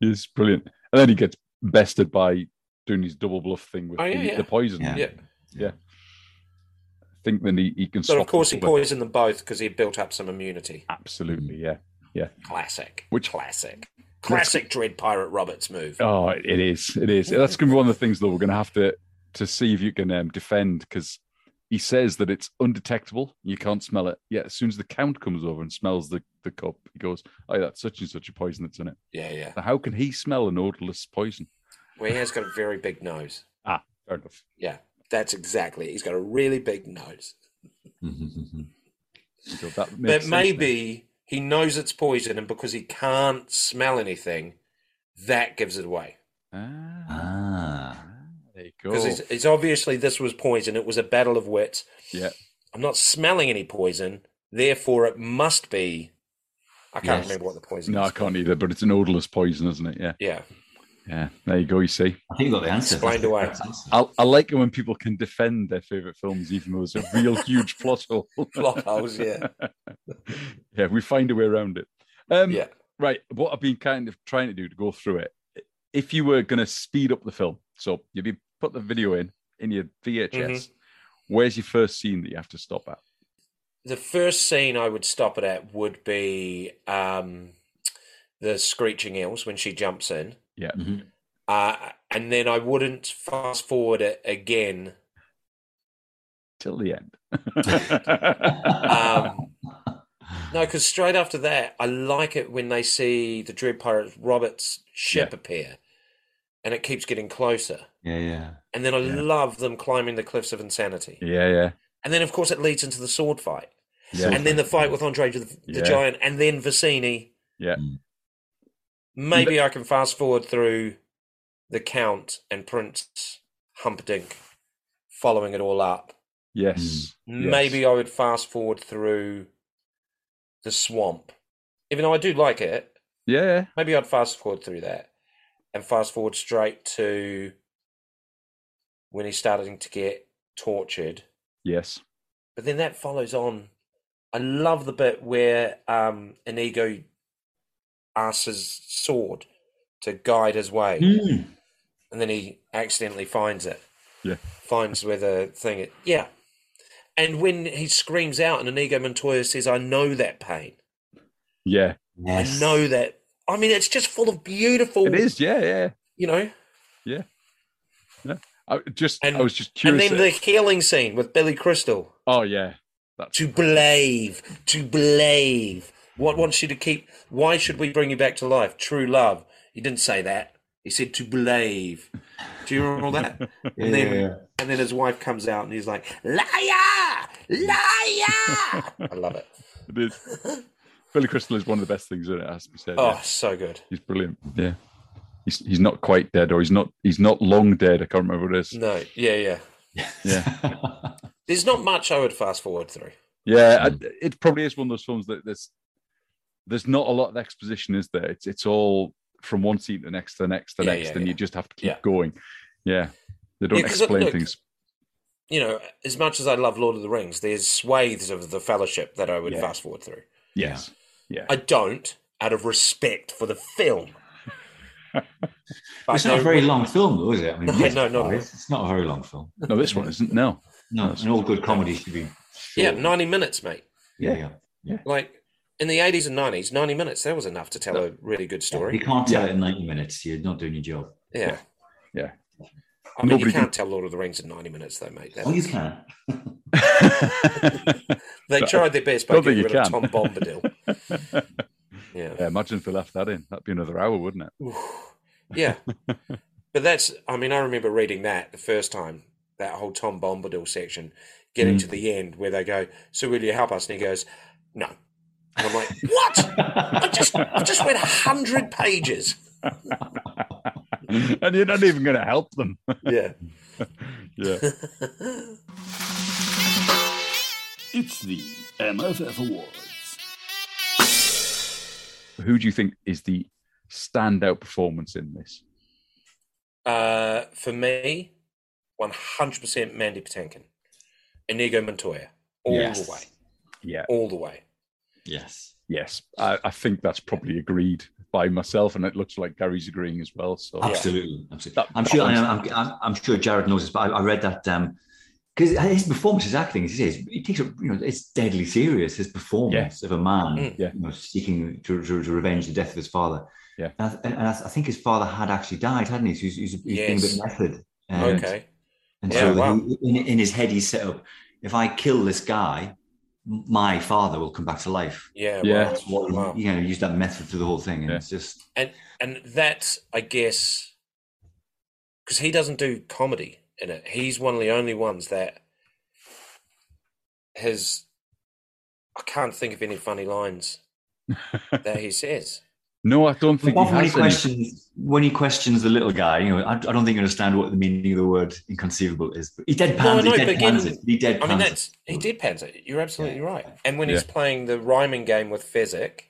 A: It's brilliant. And then he gets bested by doing his double bluff thing with
E: Oh, yeah,
A: the,
E: yeah.
A: the poison.
B: Yeah.
E: Yeah.
A: I think then he, he can
E: But
A: swap
E: of course, he
A: people.
E: poisoned them both because he built up some immunity.
A: Absolutely, yeah.
E: Classic.
A: Which-
E: classic? Classic Dread Pirate Roberts move.
A: Oh, it is. It is. That's going to be one of the things though we're going to have to to see if you can um, defend because he says that it's undetectable. You can't smell it. Yet as soon as the count comes over and smells the, the cup, he goes, "Oh, that's such and such a poison that's in it."
E: Yeah, yeah.
A: Now, how can he smell an odorless poison?
E: Well, he has got a very big nose.
A: Fair enough.
E: Yeah, that's exactly. it. He's got a really big nose.
A: So that
E: But
A: makes sense then.
E: maybe he knows it's poison, and because he can't smell anything, that gives it away.
A: Ah,
B: ah.
A: there you
E: Because
A: go.
E: it's, it's obviously this was poison. It was a battle of wits.
A: Yeah.
E: I'm not smelling any poison, therefore it must be. I can't
B: Yes.
E: remember what the poison
A: No,
E: is.
A: I can't either. But it's an odorless poison, isn't it? Yeah,
E: Yeah.
A: yeah. There you go. You see,
B: I think you got the answer.
E: Explained away.
A: I, I like it when people can defend their favorite films, even though it's a real huge plot hole.
E: Plot holes, yeah.
A: yeah, we find a way around it. Um,
E: Yeah.
A: Right. What I've been kind of trying to do to go through it, if you were going to speed up the film, so you'd be put the video in in your VHS.
E: Mm-hmm.
A: Where's your first scene that you have to stop at?
E: the first scene I would stop it at would be um, the screeching eels when she jumps in,
A: Yeah.
B: Mhm.
E: uh, and then I wouldn't fast forward it again.
A: Till the end.
E: Um, no, because straight after that, I like it when they see the Dread Pirate Robert's ship appear, and it keeps getting closer.
B: Yeah, yeah.
E: And then I
A: Yeah.
E: love them climbing the cliffs of insanity.
A: yeah, yeah.
E: And then, of course, it leads into the sword fight.
A: Yeah.
E: and then the fight with Andre the, the
A: Yeah.
E: Giant, and then Vicini.
A: Yeah.
B: Mm.
E: Maybe I can fast forward through the Count and Prince Humperdinck, following it all up.
A: Yes.
E: Maybe I would fast forward through the swamp, even though I do like it.
A: Yeah.
E: Maybe I'd fast forward through that, and fast forward straight to when he's starting to get tortured.
A: Yes.
E: But then that follows on. I love the bit where um, Inigo asks his sword to guide his way,
A: Hmm.
B: Mm.
E: and then he accidentally finds it.
A: Yeah.
E: Finds where the thing is. Yeah. And when he screams out, and Inigo Montoya says, I know that pain.
A: Yeah.
E: I
B: Yes.
E: know that. I mean, it's just full of beautiful,
A: It is. Yeah. Yeah.
E: you know.
A: I just
E: And-
A: I was just
E: And
A: curious.
E: then the healing scene with Billy Crystal.
A: oh yeah. That's
E: to believe, to believe. What wants you to keep? Why should we bring you back to life? True love. He didn't say that. He said to believe. Do you remember all that?
B: Yeah,
E: And then,
B: yeah, yeah.
E: and then his wife comes out and he's like, liar, liar. I love it.
A: it is. Billy Crystal is one of the best things in it, has to be said. yeah.
E: Oh, so good.
A: He's brilliant. Yeah. He's, he's not quite dead, or he's not he's not long dead. I can't remember what it is.
E: No, yeah, yeah.
A: Yeah,
E: There's not much I would fast forward through.
A: yeah. I,
E: Mm.
A: it probably is one of those films that there's there's not a lot of exposition, is there? It's it's all from one scene to the next, to the next, to the
E: Yeah,
A: next,
E: yeah,
A: and
E: yeah.
A: you just have to keep
E: Yeah.
A: going. Yeah, they don't
E: 'cause, uh,
A: explain
E: look,
A: things.
E: you know, as much as I love Lord of the Rings, there's swathes of the Fellowship that I would
A: Yeah.
E: fast forward through.
A: Yes. Yeah.
E: I don't, out of respect for the film. But
B: it's not a
E: there-
B: very long film, though, is it? I
E: No,
B: yes,
E: no, not at all.
B: It's it's not a very long film.
A: No, this one isn't. No.
B: No,
A: it's
B: and all good comedy should be.
E: Yeah,
B: short.
E: ninety minutes, mate.
B: yeah, yeah.
E: Like in the eighties and nineties, ninety minutes that was enough to tell a really good
B: You
E: story.
B: can't tell it in ninety minutes. You're not doing your job.
E: Yeah,
A: yeah, yeah.
E: I mean,
A: Nobody
E: you can't tell Lord of the Rings in ninety minutes, though, mate. That
B: Oh, you
E: is-
B: can.
E: They
A: No.
E: tried their best by
A: Don't think
E: getting
A: you
E: rid of Tom
A: can.
E: Bombadil. Yeah.
A: yeah. Imagine if they left that in. That'd be another hour, wouldn't it?
E: Oof. Yeah. but that's, I mean, I remember reading that the first time, that whole Tom Bombadil section, getting
B: Mm.
E: to the end where they go, So will you help us? And he goes, No. And I'm like, What? I just, I just read 100 pages.
A: and you're not even going to help them.
E: Yeah.
A: yeah.
G: It's the MFF Awards.
A: Who do you think is the standout performance in this?
E: Uh, for me, 100% Mandy Patinkin, Inigo Montoya, all
B: Yes.
E: the way,
A: Yeah.
E: all the way.
B: Yes.
A: Yes. I, I think that's probably agreed by myself, and it looks like Gary's agreeing as well. So
G: Ah.
B: Absolutely, absolutely.
A: That-
B: I'm
A: that
B: sure.
A: one's-
B: I'm, I'm, I'm, I'm sure Jared knows this, but I, I read that because his performance, his acting, as he says, he takes it. You know, it's deadly serious. His performance of a man,
E: Mm.
A: Yeah.
B: you know, seeking to, to, to revenge the death of his father.
A: Yeah.
B: and, I, and I, I think his father had actually died, hadn't he? So he's, he's, he's being a
E: Yes.
B: bit method. Um,
E: Okay.
B: And
E: Yeah,
B: so
E: wow.
B: he- in, in his head, he's set up: if I kill this guy, m- my father will come back to life.
E: Yeah.
A: Yeah.
E: Wow.
B: That's what
E: wow.
B: you know. Use that method through the whole thing, and
A: Yeah.
B: it's just
E: and that's I guess because he doesn't do comedy in it. He's one of the only ones that has. I can't think of any funny lines that he says.
A: no, I don't think he
B: Apart from when he
A: has any.
B: questions when he questions the little guy, you know, I, I don't think you understand what the meaning of the word inconceivable is. But he deadpans,
E: No, no,
B: he
E: but
B: deadpans
E: again-
B: it. He deadpans
E: I mean,
B: it.
E: that's he did pans it. You're absolutely
B: Yeah.
E: right. And when he's playing the rhyming game with Fezzik,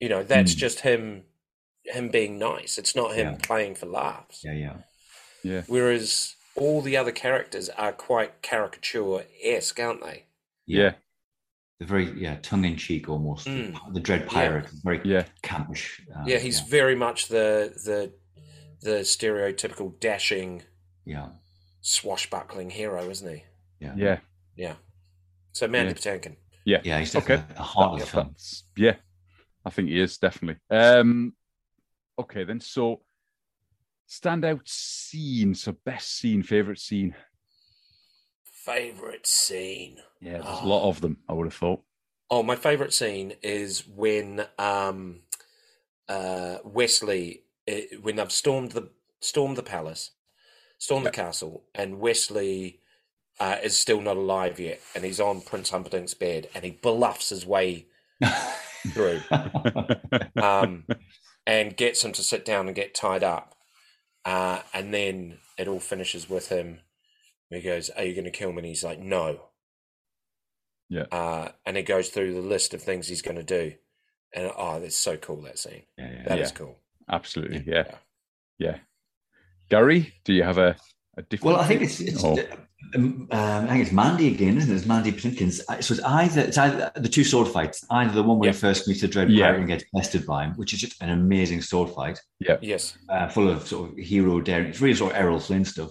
E: you know, that's
B: Mm.
E: just him him being nice. It's not him
B: Yeah.
E: playing for laughs.
B: Yeah, yeah,
E: Whereas all the other characters are quite caricature esque, aren't they?
A: Yeah. Hmm.
B: the very yeah tongue in cheek almost.
E: Mm.
B: The dread pirate, very
A: Yeah.
B: campish. uh,
E: yeah, he's very much the the the stereotypical dashing,
B: yeah,
E: swashbuckling hero, isn't he?
B: yeah, yeah,
A: Yeah.
E: Yeah. So Mandy Patinkin.
B: yeah. He's
A: Okay.
B: definitely a heart of the
A: Yeah,
B: film.
A: that's- yeah, I think he is definitely. Um, okay, then. So, standout scene. So, best scene, favorite scene.
E: Favorite scene.
A: Yeah, there's a lot of them. I would have thought.
E: Oh, my favorite scene is when um, uh, Wesley, eh, when they've stormed the stormed the palace, stormed the castle, and Wesley uh, is still not alive yet, and he's on Prince Humperdinck's bed, and he bluffs his way through. um, and gets him to sit down and get tied up. Uh, and then it all finishes with him. He goes, Are you going to kill me? And he's like, No.
A: Yeah.
E: Uh, and he goes through the list of things he's going to do. And oh, that's so cool, that scene.
B: Yeah, yeah.
E: That is
A: Yeah.
E: cool.
A: Absolutely. Yeah. Yeah. Gary, do you have a, a different?
B: Well, I think it's, it's
A: Oh.
B: um, I think it's Mandy again, isn't it? It's Mandy Patinkin's. So it's either it's either the two sword fights, either the one where
E: Yeah.
B: he first meets the Dread
A: Yeah.
B: Pirate and gets bested by him, which is just an amazing sword fight,
E: Yes.
B: uh, full of sort of hero daring. It's really sort of Errol Flynn stuff.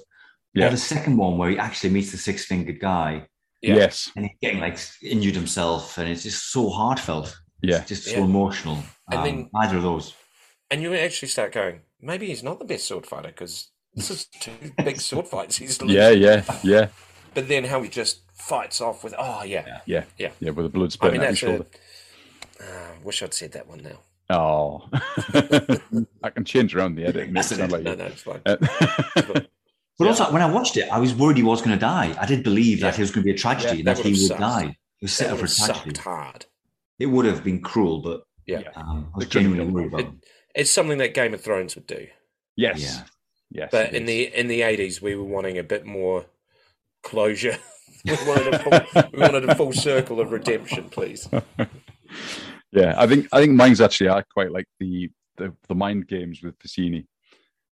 A: Yeah.
B: Or the second one where he actually meets the six fingered guy
E: Yeah.
A: Yes.
B: and he's getting like injured himself, and it's just so heartfelt. It's
A: Yeah.
B: just
E: Yeah.
B: so emotional.
E: And
B: Um,
E: then-
B: either of those.
E: And you actually start going, Maybe he's not the best sword fighter because this is two big sword fights. He's
A: Yeah. Yeah. Yeah.
E: But then how he just fights off with, Oh, yeah.
A: Yeah.
E: Yeah.
A: Yeah. With the blood
E: I
A: spurting
E: mean,
A: out your
E: that's a.
A: shoulder.
E: Uh, wish I'd said that one now.
A: Oh. I can change around the edit. and make it sound like
E: No,
A: you.
E: no, it's fine.
A: Uh,
B: But
E: Yeah.
B: also, when I watched it, I was worried he was going to die. I did believe that
E: Yeah.
B: it was going to be a tragedy,
E: Yeah,
B: and
E: that
B: that, he
E: would've
B: would
E: sucked.
B: die. It was set
E: That
B: up for
E: would've
B: a tragedy.
E: sucked hard.
B: It would have been cruel, but
E: Yeah.
A: Yeah.
B: um, I was
A: They couldn't
B: genuinely
A: have
B: worried
A: done
B: about
E: it.
B: him.
E: It's something that Game of Thrones would do.
A: yes.
B: Yeah.
A: Yes.
E: But
A: it
E: in
A: is.
E: the in the eighties, we were wanting a bit more closure. we, wanted a full, we wanted a full circle of redemption, please.
A: Yeah, I think I think mine's actually I quite like the the, the mind games with Piscini.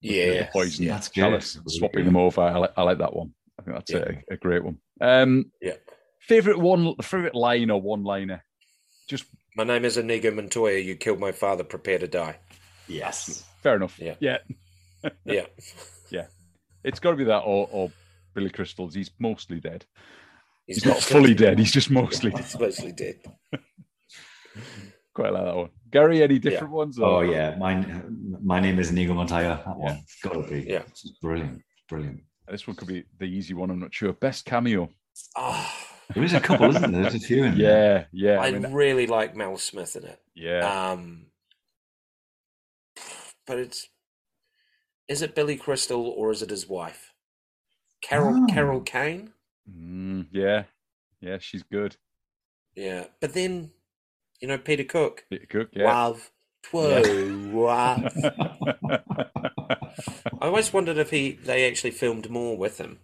E: Yeah,
A: the poison
B: That's good.
A: chalice, swapping them over. I like, I like that one. I think that's a, a great one. Um,
E: Yeah.
A: Favorite one, favorite line or one liner? Just
E: My name is Inigo Montoya. You killed my father. Prepare to die.
B: Yes.
A: fair enough.
E: Yeah.
A: yeah.
E: Yeah.
A: It's got to be that or, or Billy Crystal's. He's mostly dead.
E: He's,
A: He's, not fully dead. He's just mostly dead.
E: He's mostly dead.
A: Quite like that one. Gary, any different ones?
B: Oh
A: or-
B: yeah. My my name is Inigo Montoya. That one. Gotta be.
E: uh, Yeah.
B: It's Brilliant. Brilliant.
A: This one could be the easy one. I'm not sure. Best cameo.
E: Oh,
B: There is a couple, isn't there? There's a few in there.
A: Yeah, yeah,
E: I
A: I mean,
E: really like Mel Smith in it.
A: yeah.
E: Um, but it's is it Billy Crystal or is it his wife, Carol
B: Oh.
E: Carol Kane?
A: Mm, yeah, yeah. She's good.
E: Yeah, but then you know Peter Cook,
A: Peter Cook. Yeah.
E: love. Twirl, love. I always wondered if he they actually filmed more with him.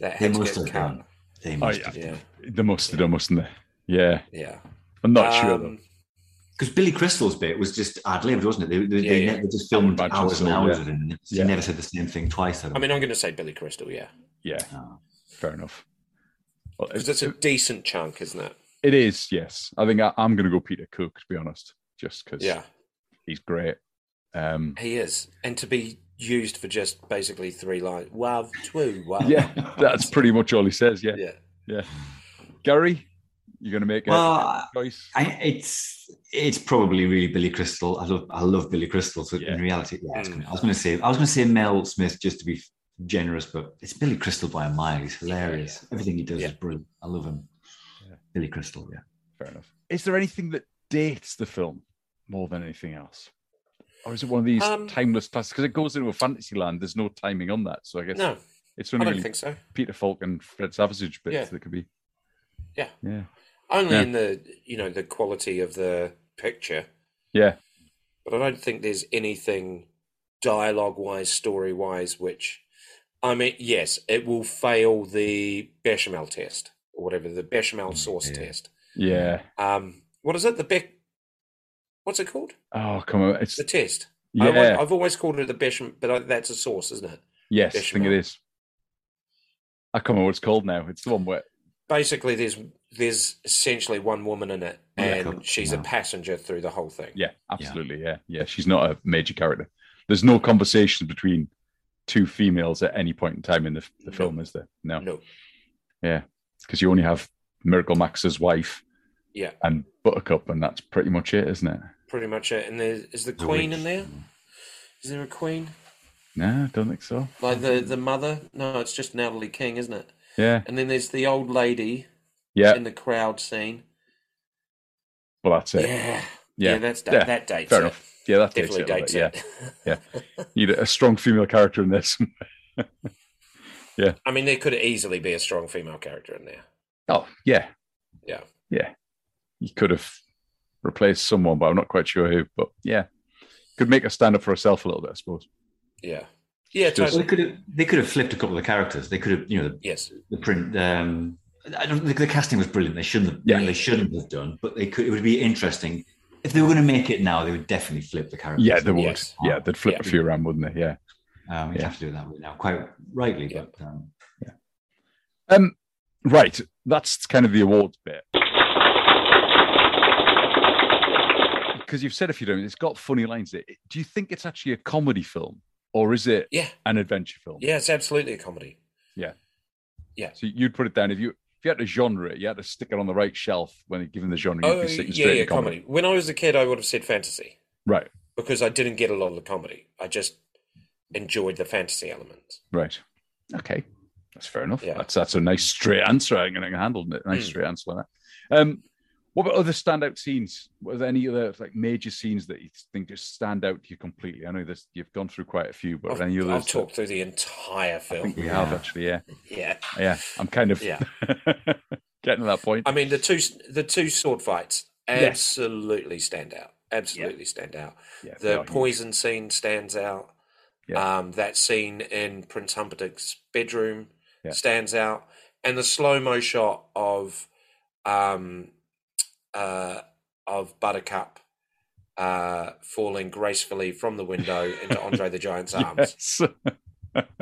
E: That
B: They
E: had to
B: must
E: get
B: have done.
E: cut.
B: They must
A: yeah.
B: have
E: Oh, Yeah,
B: done.
A: the mustard, done, mustn't they? Yeah,
E: yeah.
A: I'm not sure though.
E: Um,
B: Because Billy Crystal's bit was just ad libbed, wasn't it? They, they, they,
E: Yeah, yeah.
B: ne- they just filmed
A: I would imagine
B: hours and
A: so,
B: hours
A: yeah.
B: of it, and they
A: Yeah.
B: never said the same thing twice.
E: I mean, I'm going to say Billy Crystal, yeah,
A: Yeah,
B: Oh.
A: fair enough. Well,
E: because it's a decent chunk, isn't it?
A: it is. Yes, I think I, I'm going to go Peter Cook to be honest, just because
E: Yeah,
A: he's great. Um,
E: he is, and to be used for just basically three lines. Love, two, wow.
A: yeah, that's pretty much all he says. Yeah,
E: uh, yeah.
A: Gary, you're going to make a
E: uh,
B: Well,
A: choice.
B: I, it's it's probably really Billy Crystal. I love I love Billy Crystal. So
A: Yeah.
B: in reality, yeah, I was
E: Mm.
B: gonna- I was going to say I was going to say Mel Smith just to be generous, but it's Billy Crystal by a mile. He's hilarious. Everything he does
E: Yeah.
B: is brilliant. I love him.
A: Yeah.
B: Billy Crystal. Yeah.
A: Fair enough. Is there anything that dates the film more than anything else? Or is it one of these
E: Um,
A: timeless classics? Because it goes into a fantasy land. There's no timing on that. So I guess
E: No,
A: it's
E: I
A: only
E: don't
A: really
E: think so.
A: Peter Falk and Fred Savage bits
E: Yeah.
A: that could be.
E: Yeah.
A: Yeah.
E: Only
A: Yeah.
E: in the you know the quality of the picture,
A: Yeah.
E: but I don't think there's anything dialogue wise, story wise, which I mean, yes, it will fail the bechamel test or whatever the
A: Mm,
E: bechamel sauce
B: yeah.
E: test.
A: Yeah.
E: Um, what is it? The bec? What's it called?
A: Oh, come on. It's,
E: The test. I always,
A: yeah.
E: I've always called it the bechamel, but I, that's a sauce, isn't it?
A: yes. I think it
E: Bechamel.
A: is. I can't remember what it's called now. It's the one where,
E: Basically, there's there's essentially one woman in it,
B: Yeah,
E: and
B: cool.
E: she's
B: Yeah.
E: a passenger through the whole thing.
A: yeah, absolutely. Yeah. yeah. She's not a major character. There's no conversation between two females at any point in time in the, the
E: No.
A: film, is there? No.
E: No,
A: because you only have Miracle Max's wife
E: yeah,
A: and Buttercup, and that's pretty much it, isn't it?
E: pretty much it. And there is the
B: The
E: queen
B: witch.
E: in there. Is there a queen?
A: No, I don't think so.
E: Like the the mother? No, it's just Natalie King, isn't it?
A: Yeah,
E: And then there's the old lady
A: yeah.
E: in the crowd scene.
A: Well, that's
E: Yeah,
A: it.
E: yeah,
A: Yeah,
E: that's that,
A: Yeah.
E: that dates
A: fair
E: it.
A: enough. Yeah, that takes
E: Definitely
A: it. a little
E: dates
A: bit, Yeah,
E: it.
A: need a, a strong female character in this.
E: I mean, there could easily be a strong female character in there.
A: oh, yeah,
E: Yeah.
A: yeah. You could have replaced someone, but I'm not quite sure who. But yeah, could make her stand up for herself a little bit, I suppose.
E: Yeah, yeah,
A: Just-
B: Well,
E: totally.
B: they could have they could have flipped a couple of the characters. They could have you know the,
E: Yes,
B: the print. Um, I don't think the casting was brilliant. They shouldn't have,
A: Yeah.
B: they shouldn't have done, but they could. It would be interesting if they were going to make it now. They would definitely flip the characters.
A: Yeah, they would.
E: Yes.
A: Yeah, they'd flip a
E: Yeah.
A: few around, wouldn't they? Yeah.
B: Um, you'd
A: Yeah.
B: have to do it that way now, quite rightly.
E: Yeah.
B: But um,
A: Um, right. That's kind of the awards bit. Because you've said a few times, it's got funny lines. in it. Do you think it's actually a comedy film or is it
E: yeah,
A: an adventure film?
E: yeah. It's absolutely a comedy.
A: So you'd put it down if you if you had to genre it, you had to stick it on the right shelf when given the genre. You'd
E: Oh,
A: be sitting
E: yeah,
A: straight
E: yeah,
A: in comedy.
E: comedy. When I was a kid, I would have said fantasy.
A: Right,
E: because I didn't get a lot of the comedy. I just enjoyed the fantasy element.
A: right, okay, that's fair enough.
E: Yeah.
A: That's that's a nice straight answer. I'm going to handle it. Nice
E: Mm.
A: straight answer like that. Um, what about other standout scenes? Were there any other like major scenes that you think just stand out to you completely? I know this you've gone through quite a few, but
E: I've,
A: any others?
E: I've
A: that-
E: talked through the entire
A: I
E: film.
A: think we
B: Yeah.
A: have actually. Yeah,
E: Yeah,
A: yeah. I'm kind of
E: yeah.
A: getting to that point.
E: I mean, the two the two sword fights
A: Yes.
E: absolutely stand out. Absolutely stand out.
A: yeah, they
E: The
A: are huge.
E: poison scene stands out.
A: Yeah.
E: Um, that scene in Prince Humperdinck's bedroom
A: Yeah.
E: stands out, and the slow mo shot of um, uh, of Buttercup uh, falling gracefully from the window into Andre the Giant's arms.
A: Yes.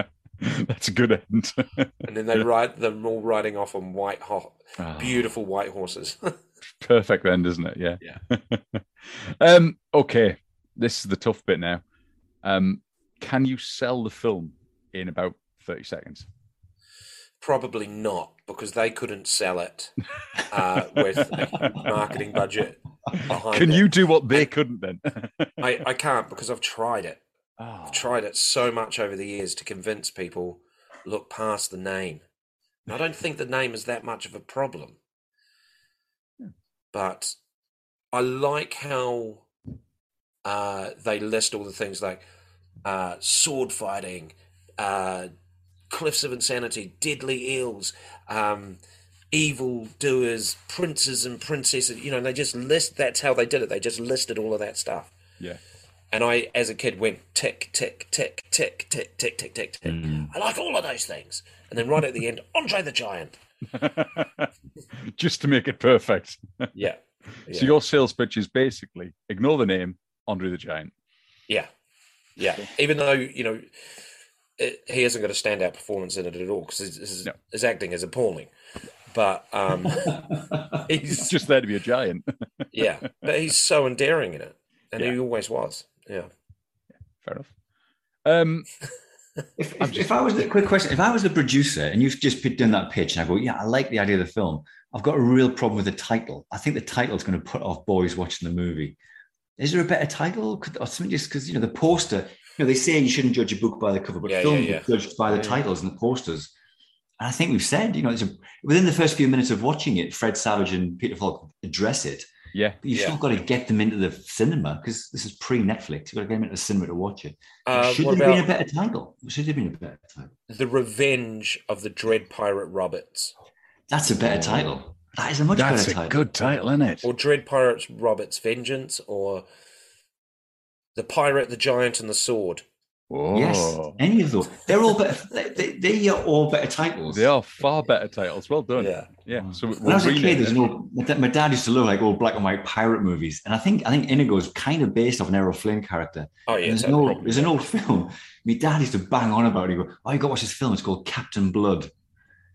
A: That's a good end.
E: and then they ride them all riding off on white hot,
A: Ah,
E: beautiful white horses.
A: perfect end, isn't it? Yeah.
E: Yeah.
A: um, okay. This is the tough bit now. Um, can you sell the film in about 30 seconds?
E: Probably not because they couldn't sell it uh, with a marketing budget. Behind
A: Can
E: it.
A: you do what they couldn't then?
E: I, I can't because I've tried it.
A: Oh,
E: I've tried it so much over the years to convince people look past the name. And I don't think the name is that much of a problem. But I like how uh, they list all the things like uh, sword fighting, uh, cliffs of insanity, deadly eels, um, evil doers, princes and princesses. You know, and they just list that's how they did it. They just listed all of that stuff.
A: yeah.
E: And I, as a kid, went tick, tick, tick, tick, tick, tick, tick, tick, tick.
A: Mm.
E: I like all of those things. And then right at the end, Andre the Giant.
A: Just to make it perfect.
E: Yeah. Yeah.
A: So your sales pitch is basically ignore the name, Andre the Giant.
E: yeah. Yeah. Even though, you know, it, he hasn't got a standout performance in it at all because his, his,
A: No.
E: his acting is appalling. But um,
A: He's
E: he's,
A: just there to be a giant.
E: yeah. But he's so endearing in it. And
A: Yeah.
E: he always was. Yeah.
A: Fair enough. Um,
B: If, if, if I was the quick question, if I was the producer and you've just put- done that pitch and I go, yeah, I like the idea of the film. I've got a real problem with the title. I think the title's going to put off boys watching the movie. Is there a better title? Could, or something just because you know the poster? You know they say you shouldn't judge a book by the cover, but
E: Yeah,
B: film
E: yeah,
B: is judged by the
E: Yeah.
B: titles and the posters. And I think we've said, you know, it's a, within the first few minutes of watching it, Fred Savage and Peter Falk address it.
A: yeah.
B: But you've
E: Yeah.
B: still got to get them into the cinema because this is pre-Netflix. You've got to get them into the cinema to watch it.
E: Uh,
B: Should
E: what
B: there have been
E: about
B: a better title? Should there have been a better title?
E: The Revenge of the Dread Pirate Roberts?
B: That's a better
E: Oh.
B: title. That is a much
A: That's
B: better
A: a
B: title.
A: good title, isn't it?
E: or Dread Pirates Robert's Vengeance, or The Pirate, the Giant, and the Sword.
A: Oh,
B: Yes, any of those. They're all better. they, they, they are all better titles.
A: They are far better titles. Well done. Yeah.
E: Yeah,
A: So we-
B: When I was a
A: we'll
B: kid,
A: rename
B: there's
A: it.
B: an old, my dad- my dad used to love like old black and white pirate movies, and I think I think Inigo is kind of based off an Errol Flynn character.
E: oh yeah,
B: there's, an
E: totally.
B: old, there's an old film. My dad used to bang on about it. He go, "Oh, you got to watch this film. It's called Captain Blood."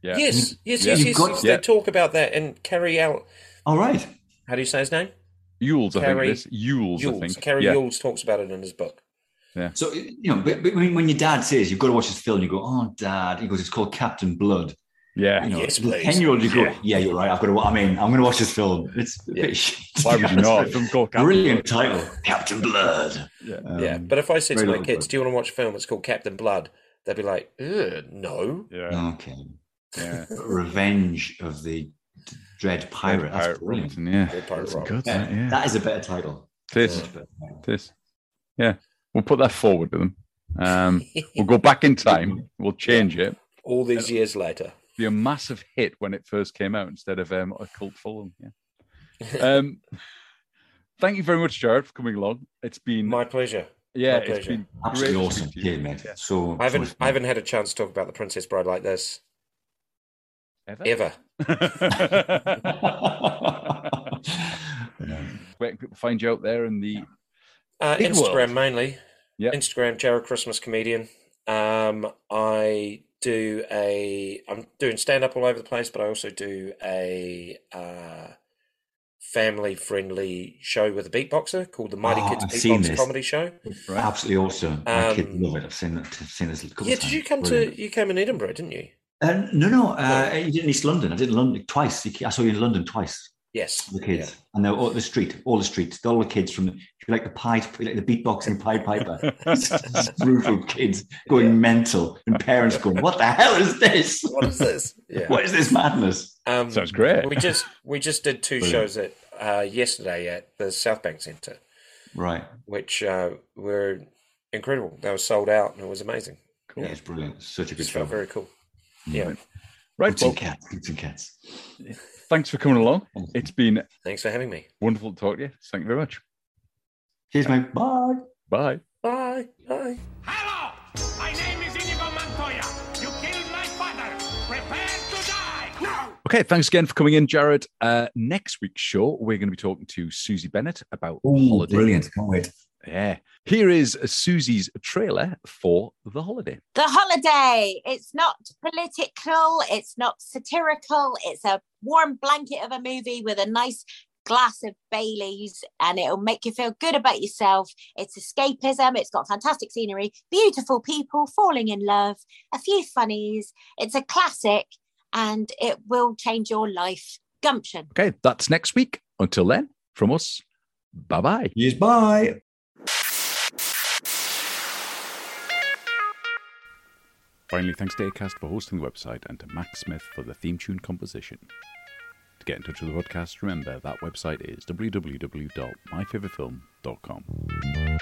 A: Yeah.
E: yes, yes,
A: Yeah.
E: yes,
B: You've
E: yes.
B: got-
E: yes,
A: yeah.
E: They talk about that and carry out.
B: All right.
E: How do you say his name?
A: Yules, I
E: Carrie-
A: think. This. Yules, I
E: Yules.
A: think.
E: Kerry
A: yeah.
E: Yules talks about it in his book.
B: So you know, but, but when when your dad says you've got to watch this film, you go, "Oh, Dad," he goes, "It's called Captain Blood."
A: Yeah.
B: You know,
E: Yes,
B: as a
E: please.
B: ten-year-old, you go,
A: Yeah.
B: yeah. you're right. I've got to. I mean, I'm going to watch this film. It's a
E: Yeah.
B: bit shit.
A: Why would you not? Film called Captain
B: Brilliant
A: Blood.
B: title, Captain Blood.
A: Yeah.
E: yeah,
B: Um,
E: but if I said to
B: very
E: my
B: little
E: kids,
B: book.
E: "Do you want to watch a film? It's called Captain Blood," they'd be like, Ugh, "No."
A: Yeah.
B: okay,
A: Yeah.
B: Revenge of the Dread Pirate. That's
A: Pirate
B: brilliant.
A: Robinson, yeah.
E: Dread Pirate
A: That's
E: Robinson.
A: good,
B: Yeah,
A: that, yeah.
B: That is a better title.
A: This,
B: That's a better title.
A: this. Yeah. We'll put that forward with them. Um, we'll go back in time. We'll change it.
E: All these years later,
A: be a massive hit when it first came out instead of um, a cult following. Yeah. Um, thank you very much, Jared, for coming along. It's been
E: my pleasure.
A: yeah,
E: my
A: it's
E: pleasure.
A: been great
B: Absolutely
A: to
B: awesome.
A: speak to you.
B: Yeah, mate.
A: Yeah.
B: So
E: I haven't,
B: so-
E: I haven't had a chance to talk about the Princess Bride like this ever.
B: Yeah.
A: Where can people find you out there in the
E: Uh,
A: Big
E: Instagram
A: world.
E: mainly.
A: Yeah.
E: Instagram, Jared Christmas comedian. Um, I do a. I'm doing stand up all over the place, but I also do a uh, family friendly show with a beatboxer called the Mighty
B: Oh,
E: Kids
B: I've seen
E: Beatbox
B: this.
E: Comedy Show.
A: right?
B: Absolutely awesome. My
E: Um,
B: kids love it. I've seen that. I've seen this a couple
E: Yeah,
B: of
E: did
B: times.
E: you come
B: Brilliant.
E: to? You came in Edinburgh, didn't you?
B: Uh, no, no. Uh, you did in East London. I did in London twice. You ca- I saw you in London twice.
E: Yes.
B: The kids and they're all the street, all the streets, all the kids from if you like the Pied, like the beatboxing Pied Piper, Just brutal kids going mental, and parents going, "What the hell is this?
E: Yeah. What is this? Yeah.
B: What is this madness?"
E: Um,
A: Sounds great.
E: We just we just did two
B: Brilliant.
E: shows at uh, yesterday at the South Bank Centre.
B: Right.
E: which uh, were incredible. They were sold out, and it was amazing.
B: Yeah, it's brilliant. Such a
E: It
B: good
E: just felt
B: show.
E: very cool. Yeah,
A: Right,
B: Cats and
A: well,
B: cats, cats and cats.
A: thanks for coming along. It's been
E: thanks for having me.
A: wonderful to talk to you. Thank you very much.
B: Cheers, mate. Bye.
A: Bye.
E: Bye, bye.
H: Hello! My name is Inigo Montoya. You killed my father. Prepare to die! Now!
A: Okay, thanks again for coming in, Jared. Uh, next week's show, we're going to be talking to Susie Bennett about
B: Oh,
A: holiday
B: brilliant. Can't wait.
A: Yeah. Here is Susie's trailer for The Holiday.
I: The holiday. It's not political, it's not satirical, it's a warm blanket of a movie with a nice glass of Bailey's and it'll make you feel good about yourself. It's escapism, it's got fantastic scenery, beautiful people falling in love, a few funnies. It's a classic and it will change your life. Gumption.
A: Okay, that's next week. Until then, from us, bye bye.
B: Yes, bye.
A: Finally, thanks to Acast for hosting the website and to Max Smith for the theme tune composition. To get in touch with the podcast, remember that website is www.myfavoritefilm.com.